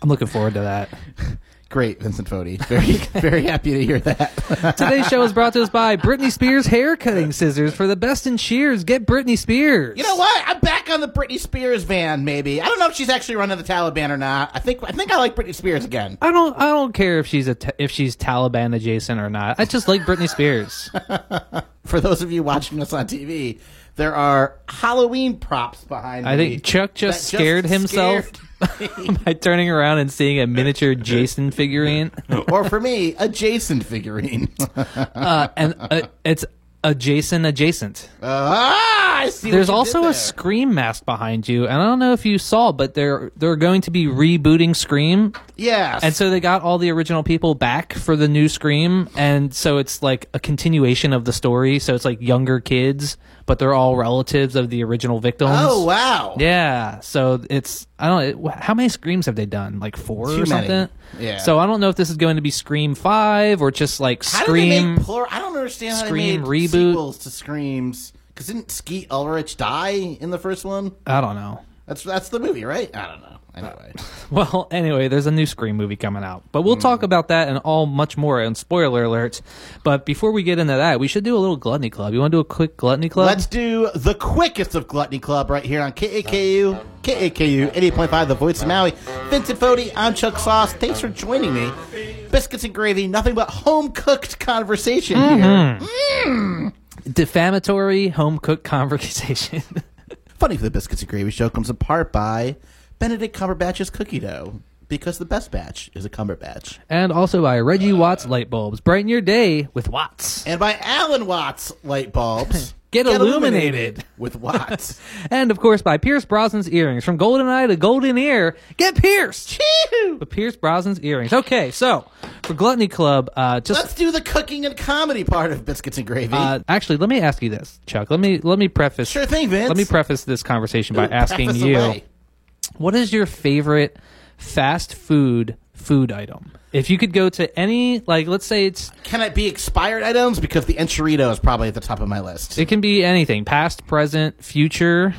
D: I'm looking forward to that.
C: Great, Vincent Fodi. Very, very happy to hear that.
D: Today's show is brought to us by Britney Spears hair cutting scissors for the best in shears. Get Britney Spears.
C: You know what? I'm back on the Britney Spears van. Maybe I don't know if she's actually running the Taliban or not. I think I think I like Britney Spears again.
D: I don't I don't care if she's a ta- if she's Taliban adjacent or not. I just like Britney Spears.
C: For those of you watching us on TV, there are Halloween props behind
D: I
C: me.
D: think Chuck
C: that
D: just scared himself
C: scared
D: by turning around and seeing a miniature Jason figurine.
C: me. or for me, a Jason figurine.
D: and uh, it's adjacent adjacent.
C: ah, I see. what
D: There's
C: you did
D: also
C: there.
D: a Scream mask behind you, and I don't know if you saw, but they're they're going to be rebooting Scream,
C: Yes.
D: and so they got all the original people back for the new Scream, and so it's like a continuation of the story. So it's like younger kids, but they're all relatives of the original victims.
C: oh wow.
D: Yeah, so it's I don't it- how many screams have they done? Like four
C: Too
D: or
C: many.
D: something.
C: Yeah.
D: So I don't know if this is going to be Scream five or just like
C: How
D: Scream.
C: did they make plural? I don't understand how they
D: Scream
C: made
D: reboot.
C: sequels to Screams. Because didn't Skeet Ulrich die in the first one?
D: I don't know.
C: That's that's the movie, right? I don't know. Anyway,
D: Well, anyway, there's a new Scream movie coming out, but we'll talk
C: Mm.
D: about that and all much more on spoiler alerts. But before we get into that, we should do a little Gluttony Club. You want to do a quick Gluttony Club?
C: let's do the quickest of Gluttony Club right here on KAKU, KAKU 88.5, The Voice of Maui. Vincent Fodi, I'm Chuck Sauce. Thanks for joining me. Biscuits and gravy, nothing but home cooked conversation
D: Mm-hmm.
C: here.
D: Defamatory home cooked conversation.
C: Funny for the Biscuits and Gravy show comes in part by Benedict Cumberbatch's cookie dough because the best batch is a Cumberbatch.
D: and also by Reggie Watts light bulbs. Brighten your day with Watts.
C: And by Alan Watts light bulbs.
D: Get illuminated.
C: with Watts.
D: And of course by Pierce Brosnan's earrings. From golden eye to golden ear. Get pierced! With Pierce Brosnan's earrings. Okay, so for Gluttony Club, uh, just
C: Let's do the cooking and comedy part of Biscuits and Gravy.
D: Uh, actually, let me ask you this, Chuck. Let me let me preface.
C: Sure thing, Vince.
D: Let me preface this conversation by
C: Ooh,
D: asking
C: preface
D: you,
C: away.
D: what is your favorite fast food food item? If you could go to any, like, let's say it's
C: Can it be expired items? Because the enchilada is probably at the top of my list.
D: it can be anything, past, present, future.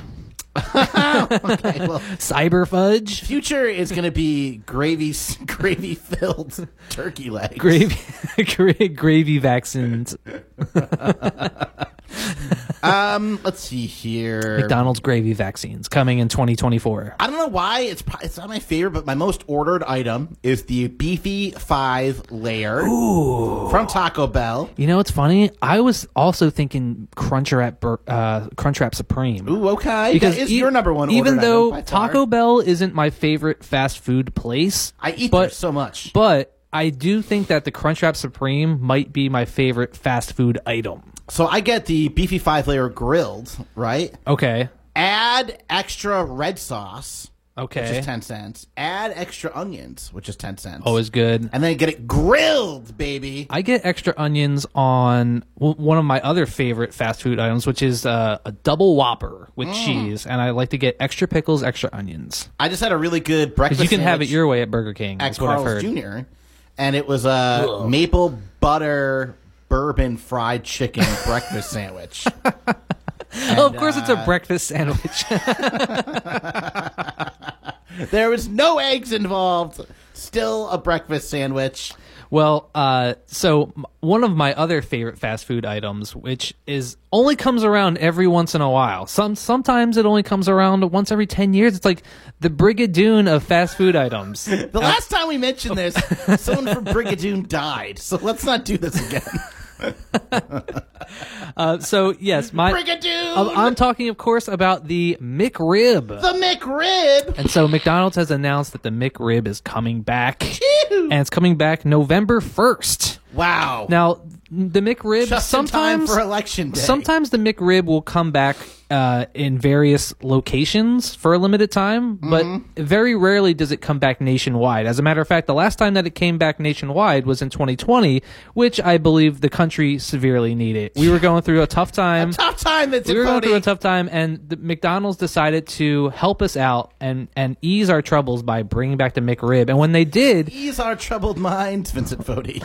C: okay, well,
D: Cyber fudge.
C: future is going to be gravy, gravy filled turkey legs.
D: Gravy, gra- gravy vaccines.
C: Um, let's see here.
D: McDonald's gravy vaccines coming in 2024.
C: I don't know why it's pro- it's not my favorite, but my most ordered item is the beefy five layer from Taco Bell.
D: You know what's funny? I was also thinking Crunchwrap, Bur- uh, Crunchwrap Supreme.
C: Ooh, okay, that is
D: e-
C: your number one.
D: Even
C: ordered
D: though
C: item by far.
D: Taco Bell isn't my favorite fast food place,
C: I eat there
D: but
C: so much.
D: but I do think that the Crunchwrap Supreme might be my favorite fast food item.
C: So I get the beefy five layer grilled, right?
D: Okay,
C: Add extra red sauce, which
D: okay,
C: is ten cents. Add extra onions, which Oh, is ten cents.
D: always good.
C: and then get it grilled, baby.
D: I get extra onions on w- one of my other favorite fast food items, which is uh, a double Whopper with
C: Mm.
D: cheese, and I like to get extra pickles, extra onions.
C: I just had a really good
D: Because
C: breakfast.
D: you can have
C: sandwich.
D: it your way at Burger King.
C: at
D: That's what I've
C: Carl's
D: heard.
C: Jr. And it was a maple butter bourbon fried chicken breakfast sandwich.
D: Oh, of course, it's a breakfast sandwich.
C: There was no eggs involved. Still a breakfast sandwich.
D: well, uh, so m- one of my other favorite fast food items, which is only comes around every once in a while. Some sometimes it only comes around once every ten years. It's like the Brigadoon of fast food items. Uh,
C: The last time we mentioned this, someone from Brigadoon died. So let's not do this again.
D: Uh, so yes, my
C: Brigadoon!
D: Um, I'm, I'm talking, of course, about the McRib.
C: the McRib!
D: And so McDonald's has announced that the McRib is coming back, and it's coming back November first.
C: Wow.
D: Now, the McRib
C: Just
D: sometimes
C: in time for election day.
D: Sometimes the McRib will come back uh, in various locations for a limited time, but very rarely does it come back nationwide. As a matter of fact, the last time that it came back nationwide was in 2020, which I believe the country severely needed. We were going through a tough time.
C: Tough time, Vincent
D: we were going
C: Cody.
D: through a tough time, and the McDonald's decided to help us out and, and ease our troubles by bringing back the McRib. And when they did,
C: Ease our troubled minds, Vincent Fodi.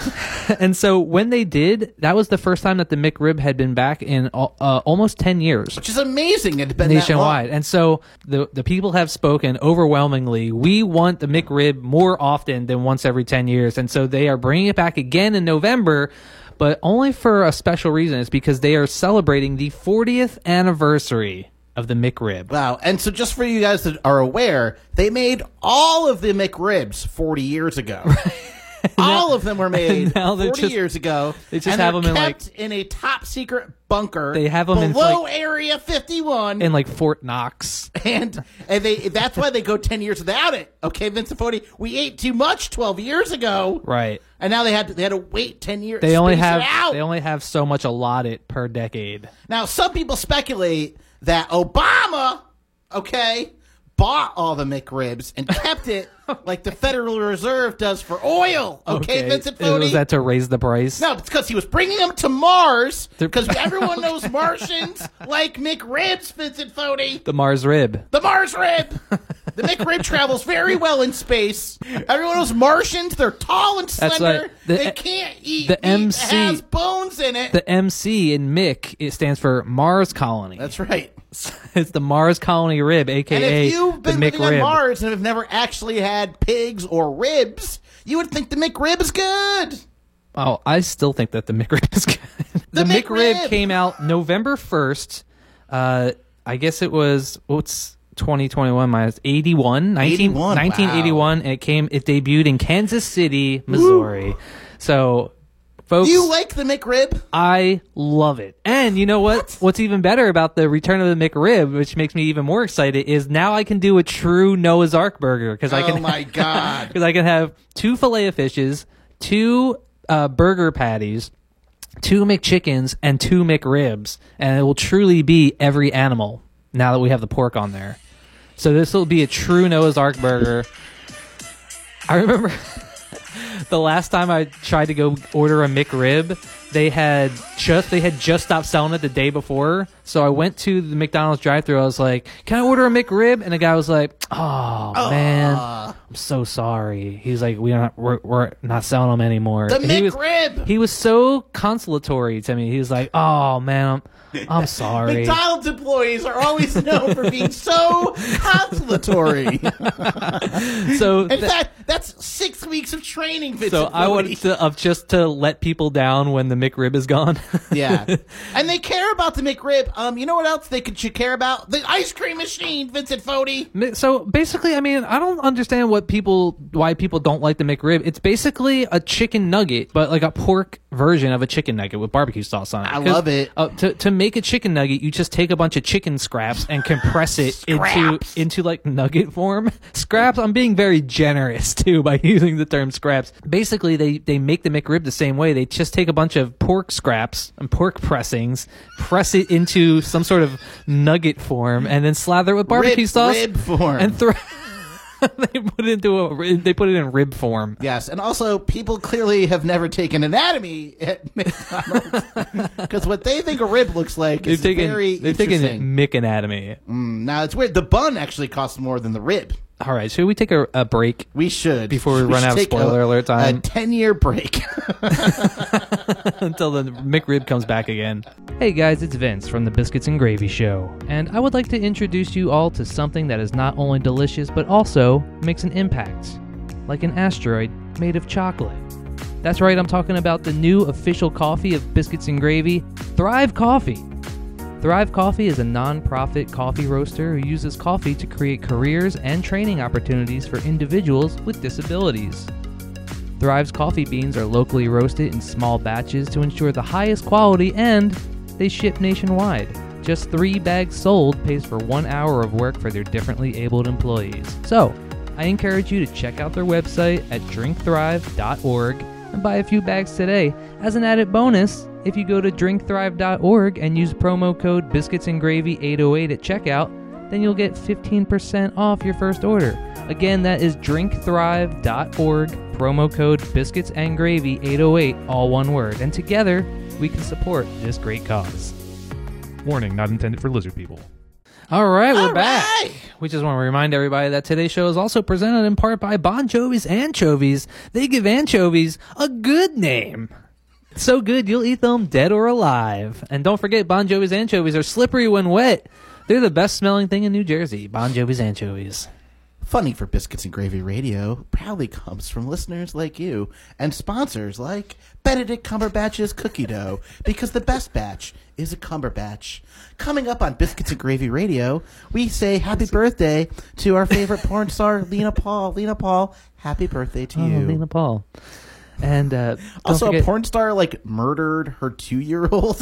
D: and so when they did, that was the first time that the McRib had been back in al- uh, almost 10 years.
C: Which is amazing. It had been
D: nationwide.
C: That long.
D: And so the the people have spoken overwhelmingly. We want the McRib more often than once every 10 years. And so they are bringing it back again in November, but only for a special reason. It's because they are celebrating the 40th anniversary of the McRib.
C: Wow. And so, just for you guys that are aware, they made all of the McRibs 40 years ago. all of them were made
D: now they're
C: 40
D: just-
C: years ago.
D: they just
C: and
D: have
C: they're
D: them in, like-
C: kept in a top secret bunker.
D: They have them in,
C: below Area 51.
D: In like Fort Knox.
C: and and they that's why they go 10 years without it. Okay, Vincent Fodi, we ate too much 12 years ago.
D: Right.
C: And now they had to, they had to wait 10 years.
D: They only
C: space it
D: have
C: out.
D: they only have so much allotted per decade.
C: Now, some people speculate that Obama, okay, bought all the McRibs and kept it like the Federal Reserve does for oil. Okay, Vincent
D: was
C: Fodi.
D: that to raise the price?
C: no, it's because he was bringing them to Mars
D: They're-
C: because everyone knows Martians like McRibs, Vincent Fodi.
D: The Mars rib.
C: The Mars rib. The McRib travels very well in space. Everyone knows Martians. They're tall and
D: That's
C: slender.
D: right. The- E
C: they can't eat
D: the
C: meat that
D: MC
C: has bones in it.
D: The MC in Mick it stands for Mars Colony.
C: That's right.
D: It's the Mars Colony Rib,
C: And
D: aka
C: if you've been
D: the
C: living on
D: McRib.
C: Mars and have never actually had pigs or ribs, you would think the McRib is good.
D: Oh, I still think that the McRib is good. The, McRib.
C: McRib!
D: came out November first. Uh, I guess it was what's. 2021 minus 81 19,
C: 81,
D: 1981 and it came it debuted in Kansas City, Missouri. So folks
C: Do you like the McRib?
D: I love it. And you know what? What's even better about the return of the McRib, which makes me even more excited, is now I can do a true Noah's Ark burger because I
C: oh
D: can
C: my god!
D: because I can have two fillet of fishes, two uh, burger patties, two McChickens, and two McRibs, and it will truly be every animal now that we have the pork on there. So this will be a true Noah's Ark burger. I remember the last time I tried to go order a McRib, they had just they had just stopped selling it the day before, So I went to the McDonald's drive-thru. I was like, "Can I order a McRib?" And the guy was like, "Oh,
C: Ah.
D: man, I'm so sorry." He's like, "We're not we're, we're not selling them anymore."
C: The
D: And he was-
C: McRib!
D: He was so consolatory to me. He was like, "Oh man, I'm I'm sorry."
C: McDonald's employees are always known for being so consolatory.
D: so
C: In
D: th-
C: fact, that's six weeks of training. Vincent
D: so I
C: Foley.
D: wanted to of just to let people down when the McRib is gone.
C: yeah, and they care about the McRib. Um, you know what else they could should care about? The ice cream machine, Vincent Fodi.
D: Mi- So basically, I mean, I don't understand what people, why people don't like the McRib. It's basically a chicken nugget, but like a pork version of a chicken nugget with barbecue sauce on it.
C: I
D: 'Cause,
C: love it.
D: Uh, to to make a chicken nugget, you just take a bunch of chicken scraps and compress it
C: Scraps.
D: into into like nugget form. Scraps. I'm being very generous too by using the term scraps. Basically, they they make the McRib the same way. They just take a bunch of pork scraps and pork pressings, press it into some sort of nugget form, and then slather it with barbecue
C: Rib-
D: sauce
C: rib form.
D: and throw. they put it into a ri- they put it in rib form.
C: Yes, and also people clearly have never taken anatomy at McDonald's because what they think a rib looks like
D: They've
C: is
D: taken
C: very
D: they've
C: interesting.
D: taken Mick anatomy.
C: Now it's weird. The bun actually costs more than the rib.
D: All right, should we take a, a break?
C: We should
D: Before we run
C: should
D: out of
C: take
D: spoiler
C: a,
D: alert time.
C: A ten-year break.
D: until the McRib comes back again. Hey guys, it's Vince from the Biscuits and Gravy Show, and I would like to introduce you all to something that is not only delicious but also makes an impact, like an asteroid made of chocolate. That's right, I'm talking about the new official coffee of Biscuits and Gravy, Thrive Coffee. Thrive Coffee is a nonprofit coffee roaster who uses coffee to create careers and training opportunities for individuals with disabilities. Thrive's coffee beans are locally roasted in small batches to ensure the highest quality and they ship nationwide. Just three bags sold pays for one hour of work for their differently abled employees. So, I encourage you to check out their website at drinkthrive.org and buy a few bags today. As an added bonus, if you go to drinkthrive.org and use promo code biscuitsandgravy808 at checkout, then you'll get 15% off your first order. Again, that is drinkthrive.org, promo code biscuits and gravy 808, all one word. And together, we can support this great cause.
F: Warning, not intended for lizard people.
D: All right, we're back.
C: right.
D: We just want to remind everybody that today's show is also presented in part by Bon Jovi's Anchovies. They give anchovies a good name. So good, you'll eat them dead or alive. And don't forget, Bon Jovi's anchovies are slippery when wet. They're the best smelling thing in New Jersey. Bon Jovi's anchovies.
C: Funny for Biscuits and Gravy Radio proudly comes from listeners like you and sponsors like Benedict Cumberbatch's Cookie Dough, because the best batch is a Cumberbatch. Coming up on Biscuits and Gravy Radio, we say happy birthday to our favorite porn star, Lena Paul. Lena Paul, happy birthday to
D: Oh,
C: you.
D: Lena Paul. And uh, don't
C: also,
D: forget,
C: a porn star like murdered her two year old.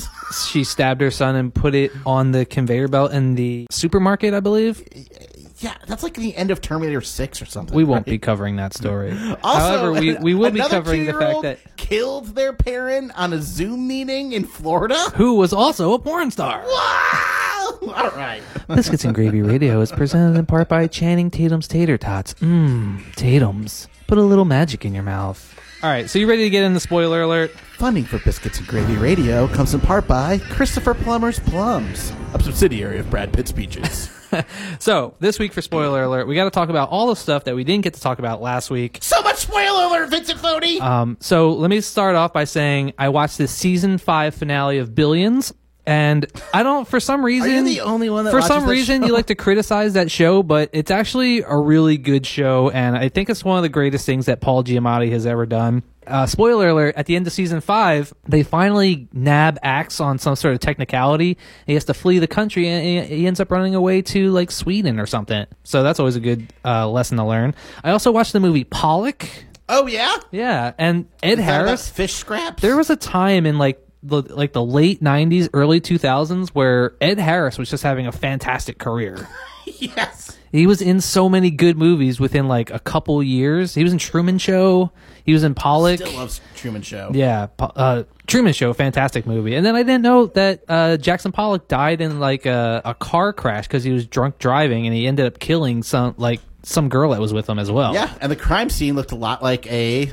D: she stabbed her son and put it on the conveyor belt in the supermarket, I believe.
C: yeah, that's like the end of Terminator 6 or something.
D: We won't
C: right?
D: be covering that story.
C: Also,
D: However, we, we will be
C: another
D: covering the fact
C: two-year-old
D: that
C: killed their parent on a Zoom meeting in Florida.
D: who was also a porn star.
C: Wow! All right.
D: Biscuits and Gravy Radio is presented in part by Channing Tatum's Tater Tots. Mmm, Tatum's. Put a little magic in your mouth. All right, so you ready to get in the spoiler alert?
C: Funding for Biscuits and Gravy Radio comes in part by Christopher Plummer's Plums, a subsidiary of Brad Pitt's Peaches.
D: So, this week for spoiler alert, we got to talk about all the stuff that we didn't get to talk about last week.
C: so much spoiler alert, Vincent Fodi!
D: Um, so let me start off by saying I watched the season five finale of Billions, and I don't for some reason
C: the only one that
D: for
C: watches
D: some
C: that
D: reason you
C: show?
D: like to criticize that show, but it's actually a really good show, and I think it's one of the greatest things that Paul Giamatti has ever done. Uh, spoiler alert: At the end of season five, they finally nab Axe on some sort of technicality. He has to flee the country, and he- he ends up running away to like Sweden or something. So that's always a good uh, lesson to learn. I also watched the movie Pollock.
C: oh, yeah?
D: Yeah, and Ed
C: Is that about
D: Harris.
C: Fish scraps?
D: There was a time in like the like the late '90s, early 2000s where Ed Harris was just having a fantastic career.
C: yes.
D: He was in so many good movies within like a couple years. He was in Truman Show. He was in Pollock.
C: Still loves Truman Show.
D: Yeah, Po- uh, Truman Show, fantastic movie. And then I didn't know that uh, Jackson Pollock died in like a, a car crash because he was drunk driving, and he ended up killing some like some girl that was with him as well.
C: Yeah, and the crime scene looked a lot like a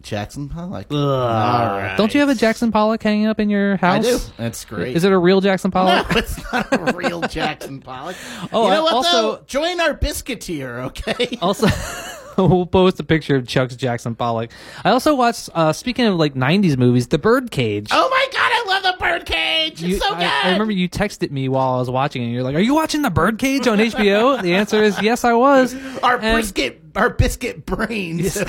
C: Jackson Pollock. All right.
D: Don't you have a Jackson Pollock hanging up in your
C: I
D: house?
C: do. That's great.
D: Is it a real Jackson Pollock?
C: it's not a real Jackson Pollock.
D: Oh,
C: you
D: I
C: know what,
D: also-
C: though? Join our biscuiteer, okay?
D: Also, we'll post a picture of Chuck's Jackson Pollock. I also watched, uh, speaking of like 90s movies, The Birdcage.
C: Oh my god, I love the birdcage! It's
D: You-
C: so good!
D: I, I remember you texted me while I was watching it. and You're like, "Are you watching The Birdcage on HBO?" the answer is yes, I was.
C: our
D: and-
C: brisket, our biscuit brains.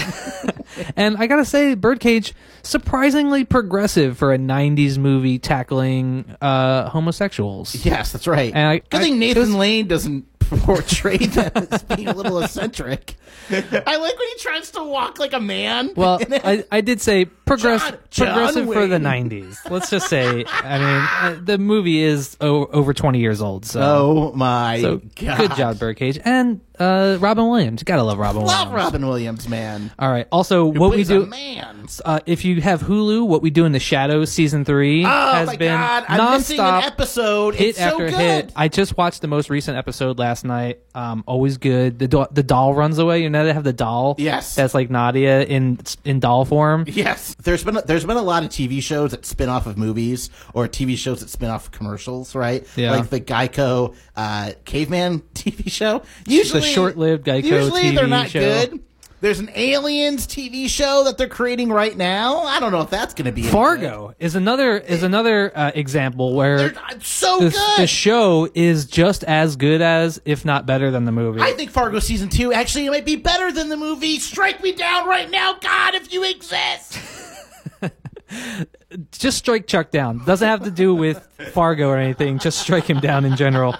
D: And I gotta say, Birdcage surprisingly progressive for a '90s movie tackling uh, homosexuals.
C: yes, that's right.
D: And I-
C: Good
D: I-
C: thing
D: it
C: Nathan
D: was-
C: Lane doesn't portray them as being a little eccentric. I like when he tries to walk like a man.
D: Well, I, I did say progress,
C: John- John
D: progressive for the
C: Wayne.
D: '90s. Let's just say, I mean, uh, the movie is o- over 20 years old. So,
C: oh my
D: so
C: god!
D: good job, Birdcage, and uh, Robin Williams. Gotta love Robin
C: Love
D: Williams.
C: Robin Williams, man.
D: All right. Also,
C: Who
D: what we
C: plays
D: do.
C: a man.
D: Uh, if you have Hulu, what we do in the shadows, season three
C: Oh
D: has
C: my
D: been
C: god! I'm missing an
D: nonstop
C: episode.
D: hit
C: it's
D: after
C: so good.
D: hit. I just watched the most recent episode last night. Um, always good. The do- the doll runs away. You know they have the doll.
C: Yes.
D: that's like Nadia in in doll form.
C: Yes, there's been a, there's been a lot of TV shows that spin off of movies or TV shows that spin off of commercials, right?
D: Yeah.
C: Like the Geico uh, caveman TV show. Usually
D: short-lived Geico
C: Usually they're
D: TV
C: not
D: show.
C: good. There's an aliens TV show that they're creating right now. I don't know if that's going to be any
D: Fargo is another is another uh, example
C: good.
D: where
C: They're not- so
D: the,
C: good.
D: the show is just as good as, if not better than the movie.
C: I think Fargo season two actually might be better than the movie. Strike me down right now, God, if you exist.
D: just strike Chuck down. Doesn't have to do with Fargo or anything. Just strike him down in general.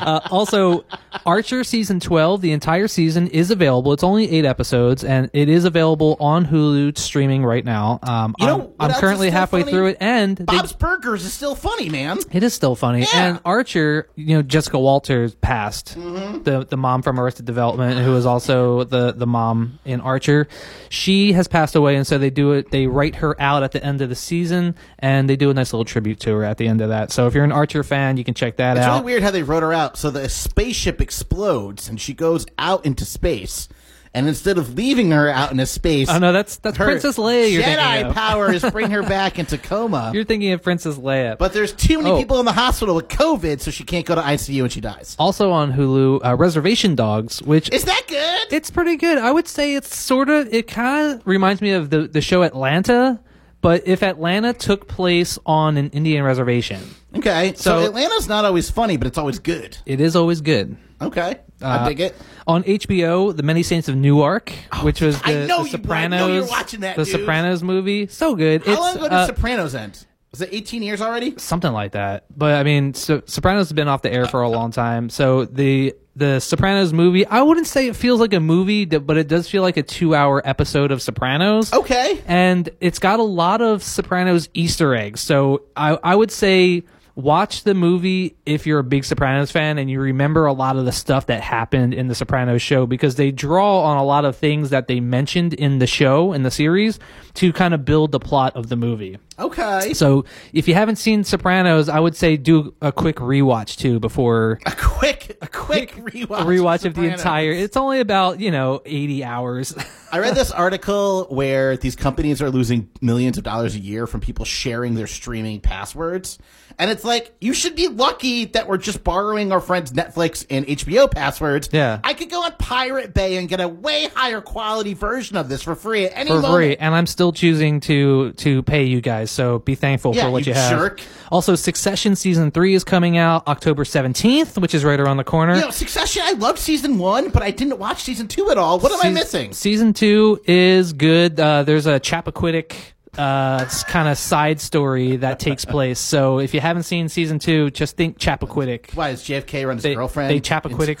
D: Uh, also, Archer season twelve, the entire season is available. It's only eight episodes, and it is available on Hulu streaming right now. Um,
C: You know
D: I'm-
C: what
D: I'm,
C: else is
D: currently
C: still
D: halfway
C: funny?
D: through it, and they-
C: Bob's Burgers is still funny, man.
D: it is still funny.
C: Yeah.
D: And Archer, you know, Jessica Walters passed
C: Mm-hmm.
D: the the mom from Arrested Development, who was also the the mom in Archer. She has passed away, and so they do it. They write her out at the end of the season, and they do a nice little tribute to her at the end of that. So if you're an Archer fan, you can check that
C: It's
D: out.
C: really weird how they wrote her out. So the spaceship explodes and she goes out into space. And instead of leaving her out into space,
D: Oh no, that's that's
C: her
D: Princess Leia. You're thinking
C: Jedi
D: of.
C: powers bring her back into coma.
D: You're thinking of Princess Leia.
C: but there's too many
D: Oh.
C: people in the hospital with COVID, so she can't go to ICU and she dies.
D: also on Hulu, uh, Reservation Dogs, which
C: Is that good?
D: It's pretty good. I would say it's sort of. It kind of reminds me of the the show Atlanta, but if Atlanta took place on an Indian reservation,
C: okay. So,
D: So-
C: Atlanta's not always funny, but it's always good.
D: it is always good.
C: Okay.
D: Uh,
C: I dig it.
D: On HBO, The Many Saints of Newark, which was
C: Oh, I
D: the,
C: know
D: the
C: you- I know
D: Sopranos,
C: you're watching that,
D: the
C: dude.
D: Sopranos movie, so good.
C: How
D: it's
C: long ago did
D: uh,
C: Sopranos end? Was it 18 years already?
D: something like that. But I mean, so, Sopranos has been off the air for a long time. So the the Sopranos movie, I wouldn't say it feels like a movie, but it does feel like a two hour episode of Sopranos.
C: Okay.
D: and it's got a lot of Sopranos Easter eggs. So I, I would say watch the movie if you're a big Sopranos fan and you remember a lot of the stuff that happened in the Sopranos show because they draw on a lot of things that they mentioned in the show in the series to kind of build the plot of the movie.
C: Okay.
D: So if you haven't seen Sopranos, I would say do a quick rewatch too before
C: a quick, a quick rewatch.
D: a rewatch of the
C: Sopranos.
D: entire. It's only about you know eighty hours.
C: I read this article where these companies are losing millions of dollars a year from people sharing their streaming passwords. And it's like, you should be lucky that we're just borrowing our friends' Netflix and HBO passwords.
D: Yeah.
C: I could go on Pirate Bay and get a way higher quality version of this for free at any
D: for
C: moment.
D: free, and I'm still choosing to to pay you guys. So be thankful
C: Yeah,
D: for what
C: you
D: you, have.
C: jerk.
D: Also, Succession season three is coming out October 17th, which is right around the corner.
C: You know, Succession, I loved season one, but I didn't watch season two at all. What am I
D: Seas-
C: missing?
D: Season two is good. Uh, there's a Chappaquiddick uh, kind of side story that takes place. So if you haven't seen season two, just think Chappaquiddick.
C: Why is JFK run his
D: they,
C: girlfriend?
D: They Chappaquiddick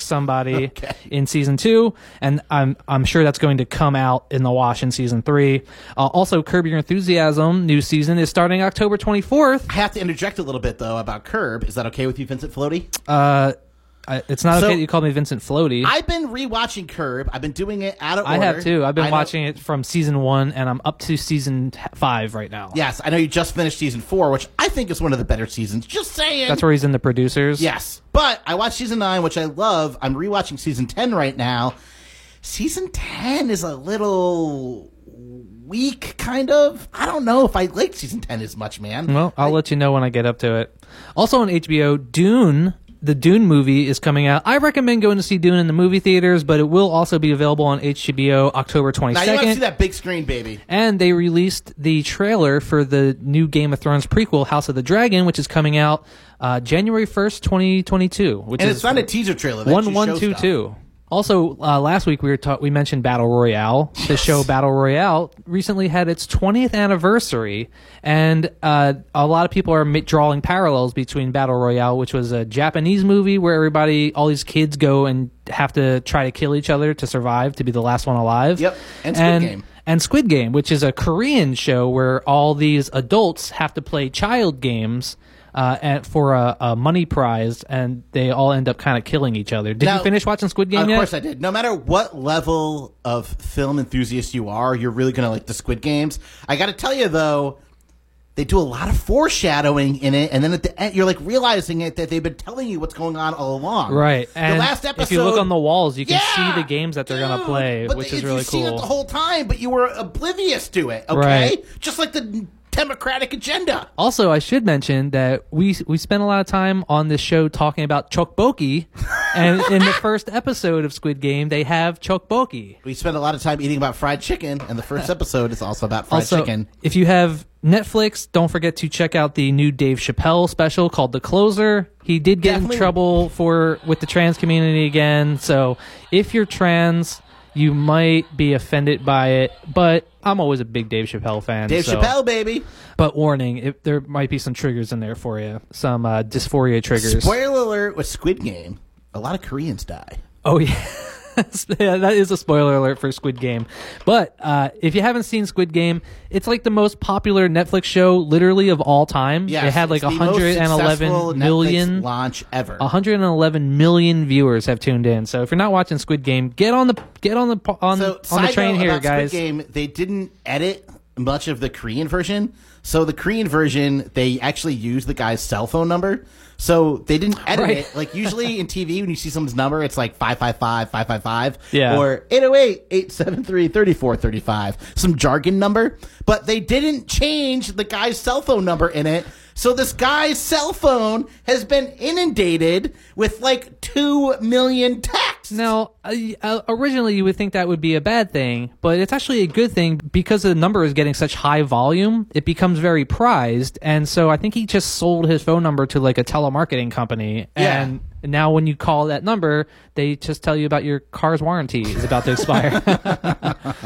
D: somebody
C: Okay.
D: in season two, and I'm I'm sure that's going to come out in the wash in season three. Uh, also, Curb Your Enthusiasm new season is starting October 24th.
C: I have to interject a little bit, though, about Curb. Is that okay with you, Vincent Floaty?
D: I, it's not
C: So-
D: okay that you called me Vincent Floaty.
C: I've been rewatching Curb. I've been doing it out of
D: I
C: order.
D: have too. I've been
C: I know-
D: watching it from season one, and I'm up to season t- five right now.
C: Yes, I know you just finished season four, which I think is one of the better seasons. Just saying.
D: that's where he's in the producers.
C: Yes, but I watched season nine, which I love. I'm rewatching season ten right now. Season ten is a little week, kind of. I don't know if I liked season 10 as much, man.
D: Well, I'll let you know when I get up to it. Also on HBO, Dune, the Dune movie is coming out. I recommend going to see Dune in the movie theaters, but it will also be available on HBO October
C: now you want to see
D: 22nd.
C: that big screen, baby.
D: And they released the trailer for the new Game of Thrones prequel, House of the Dragon, which is coming out uh, January 1st, 2022, which
C: And
D: is
C: it's not a teaser trailer. They
D: one
C: actually
D: one
C: show
D: two
C: stuff.
D: two. Also, uh, last week we were ta- we mentioned Battle Royale. The show Battle Royale recently had its 20th anniversary, and uh, a lot of people are ma- drawing parallels between Battle Royale, which was a Japanese movie where everybody, all these kids, go and have to try to kill each other to survive to be the last one alive.
C: Yep, and Squid Game.
D: And Squid Game, which is a Korean show where all these adults have to play child games uh, and for a, a money prize, and they all end up kind of killing each other. Did
C: Now-
D: you finish watching Squid Game
C: Of
D: yet?
C: course I did. No matter what level of film enthusiast you are, you're really going to like the Squid Games. I got to tell you though, they do a lot of foreshadowing in it, and then at the end, you're like realizing it that they've been telling you what's going on all along.
D: Right. And
C: the last episode.
D: if you look on the walls, you can
C: Yeah!
D: see the games that they're going to
C: Dude!
D: play,
C: But
D: which
C: they-
D: is
C: you've
D: really
C: seen it
D: cool.
C: the whole time, but you were oblivious to it. Okay,
D: Right.
C: just like the Democratic agenda.
D: also, I should mention that we we spent a lot of time on this show talking about Chokboki, and in the first episode of Squid Game, they have Chokboki.
C: We spent a lot of time eating about fried chicken, and the first episode is also about fried
D: also,
C: chicken.
D: if you have Netflix, don't forget to check out the new Dave Chappelle special called The Closer. He did get
C: Definitely.
D: in trouble for with the trans community again, so if you're trans, you might be offended by it. But I'm always a big Dave Chappelle fan.
C: Dave
D: so-
C: Chappelle, baby.
D: But warning, it, there might be some triggers in there for you, some uh, dysphoria triggers.
C: Spoiler alert with Squid Game, a lot of Koreans die.
D: Oh yeah. yeah, that is a spoiler alert for Squid Game. But uh, if you haven't seen Squid Game, it's like the most popular Netflix show literally of all time.
C: Yeah,
D: it had like 111 million
C: launch ever.
D: 111 million viewers have tuned in. So if you're not watching Squid Game, get on the get on the po- on,
C: so,
D: on
C: side
D: the train
C: note
D: here,
C: about
D: guys.
C: Squid Game, they didn't edit much of the Korean version. So the Korean version, they actually used the guy's cell phone number. So they didn't edit
D: Right.
C: it. Like usually in TV, when you see someone's number, it's like 555, 555,
D: Yeah.
C: or 808, 873, 3435, some jargon number. But they didn't change the guy's cell phone number in it. So this guy's cell phone has been inundated with like 2 million texts.
D: Now, uh, uh, originally you would think that would be a bad thing, but it's actually a good thing because the number is getting such high volume, it becomes very prized. And so I think he just sold his phone number to like a telemarketing company.
C: Yeah.
D: And now when you call that number, they just tell you about your car's warranty is about to expire.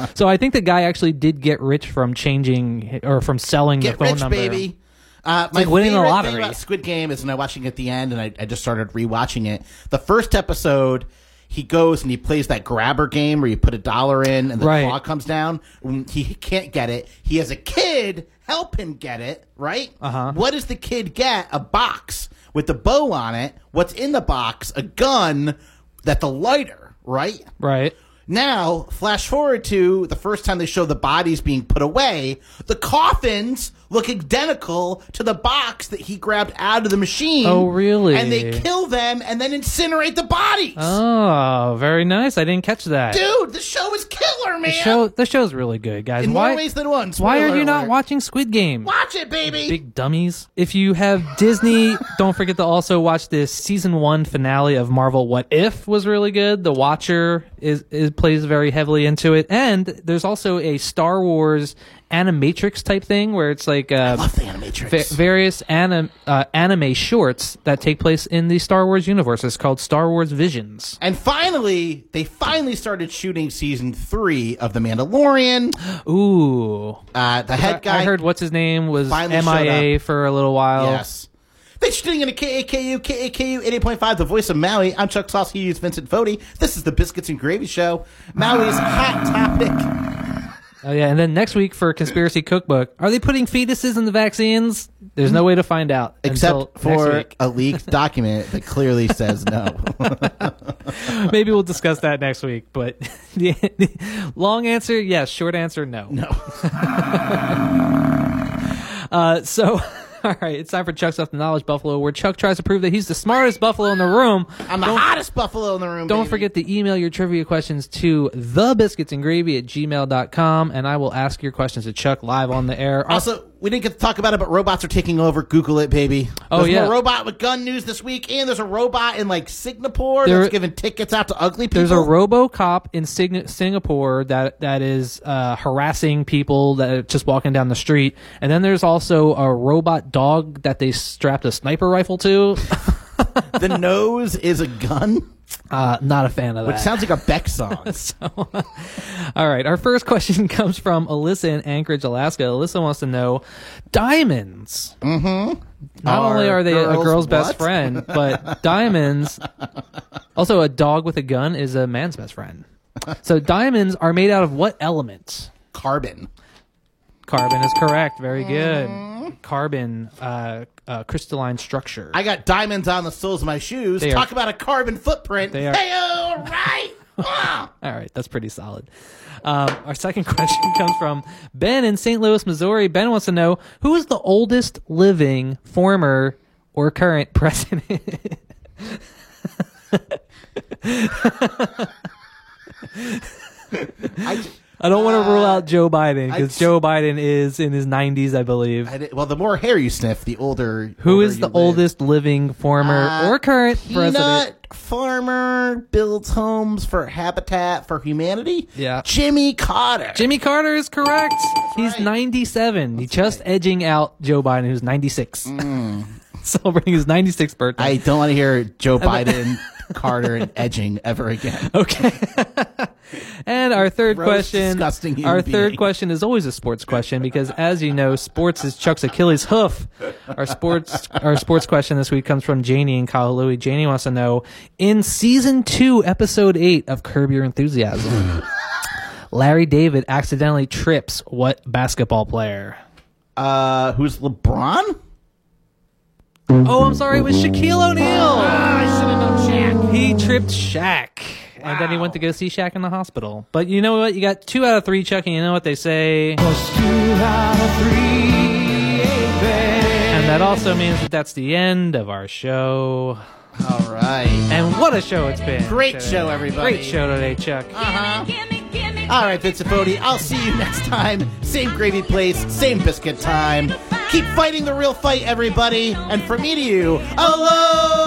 D: so I think the guy actually did get rich from changing or from selling the
C: get
D: phone
C: rich,
D: number.
C: baby. Uh, my
D: like winning the
C: favorite thing
D: lottery.
C: about Squid Game is when I watching at the end, and I, I just started rewatching it. The first episode, he goes and he plays that grabber game where you put a dollar in and the
D: Right.
C: claw comes down. When He can't get it. He has a kid help him get it. Right? Uh-huh. What does the kid get? A box with a bow on it. What's in the box? A gun that's a lighter. Right?
D: Right.
C: Now, flash forward to the first time they show the bodies being put away. The coffins look identical to the box that he grabbed out of the machine.
D: Oh, really?
C: And they kill them and then incinerate the bodies.
D: Oh, very nice. I didn't catch that.
C: Dude, the show is killer, man.
D: the show the show's really good, guys.
C: In
D: why
C: more ways than one.
D: why are
C: Spoiler
D: you not
C: alert.
D: watching Squid Game?
C: Watch it, baby.
D: big dummies. If you have Disney, don't forget to also watch this season one finale of Marvel. What if was really good. The Watcher is, is plays very heavily into it, and there's also a Star Wars animatrix type thing where it's like uh,
C: Love the animatrix.
D: va- various anim- uh, anime shorts that take place in the Star Wars universe. It's called Star Wars Visions.
C: and finally, they finally started shooting season three of The Mandalorian.
D: Ooh,
C: Uh, the head guy
D: I heard what's his name was
C: Finally showed
D: MIA for a little while.
C: Yes. Thanks for tuning in to KAKU, KAKU 88.5, the voice of Maui. I'm Chuck Sauce, he is Vincent Fodi. This is the Biscuits and Gravy Show, Maui's hot topic.
D: Oh yeah, and then next week for conspiracy cookbook, are they putting fetuses in the vaccines? There's no way to find out until
C: Except
D: next
C: for
D: week.
C: a leaked document that clearly says no.
D: Maybe we'll discuss that next week. But the- the long answer, yes. Short answer, no. No. uh, so. All right, it's time for Chuck's Off the Knowledge Buffalo, where Chuck tries to prove that he's the smartest buffalo in the room.
C: I'm the hottest buffalo in the room.
D: Don't
C: baby.
D: forget to email your trivia questions to thebiscuitsandgravy at gmail.com, and I will ask your questions to Chuck live on the air.
C: Also, we didn't get to talk about it, but robots are taking over. Google it, baby.
D: Oh,
C: there's
D: yeah.
C: more robot with gun news this week, and there's a robot in like Singapore
D: There-
C: that's giving tickets out to ugly people.
D: There's a RoboCop in Sign- Singapore that that is uh, harassing people that are just walking down the street, and then there's also a robot dog that they strapped a sniper rifle to.
C: the nose is a gun.
D: Uh, not a fan of that.
C: Which sounds like a Beck song.
D: All right, our first question comes from Alyssa in Anchorage, Alaska. Alyssa wants to know diamonds. Mm-hmm. Not
C: Are
D: only are they a
C: girls
D: girl's best
C: what?
D: friend, but diamonds. Also, a dog with a gun is a man's best friend. So, diamonds are made out of what element?
C: Carbon.
D: Carbon is correct. Very good. Carbon, uh, uh, crystalline structure.
C: I got diamonds on the soles of my shoes.
D: They are-
C: Talk about a carbon footprint.
D: They are-
C: Hey, all right. Ah.
D: All right, that's pretty solid. Um, our second question comes from Ben in St. Louis, Missouri. Ben wants to know who is the oldest living former or current president?
C: I,
D: I don't want to rule out Joe Biden
C: I
D: because
C: just-
D: Joe Biden is in his 90s, I believe.
C: I did- well, the more hair you sniff, the older.
D: Who
C: older
D: is
C: you
D: the
C: live.
D: oldest living former
C: Uh,
D: or current
C: Peanut
D: president?
C: farmer builds homes for Habitat for Humanity.
D: Yeah.
C: Jimmy Carter.
D: Jimmy Carter is correct. He's
C: right.
D: 97. He's just edging out Joe Biden, who's 96.
C: Mm.
D: Celebrating his 96th birthday.
C: I don't want to hear Joe Biden, Carter, and edging ever again.
D: Okay. and our third
C: Gross,
D: question.
C: disgusting human
D: our third
C: being.
D: question is always a sports question because, as you know, sports is Chuck's Achilles' hoof. Our sports our sports question this week comes from Janie and Kahului. Janie wants to know in season two, episode eight of Curb Your Enthusiasm, Larry David accidentally trips what basketball player?
C: Uh, who's LeBron?
D: Oh, I'm sorry, it was Shaquille O'Neal.
C: Ah,
D: He tripped Shaq. And then he went to go see Shaq in the hospital. But you know what? You got two out of three, Chuck, and you know what they say? And that also means that that's the end of our show.
C: All right.
D: And what a show it's been.
C: Great
D: today.
C: show, Ah, everybody.
D: Great show today, Chuck.
C: All right, Vince and Bodie, I'll see you next time. Same gravy place, same biscuit time. Keep fighting the real fight, everybody. And from me to you, aloha! Ah.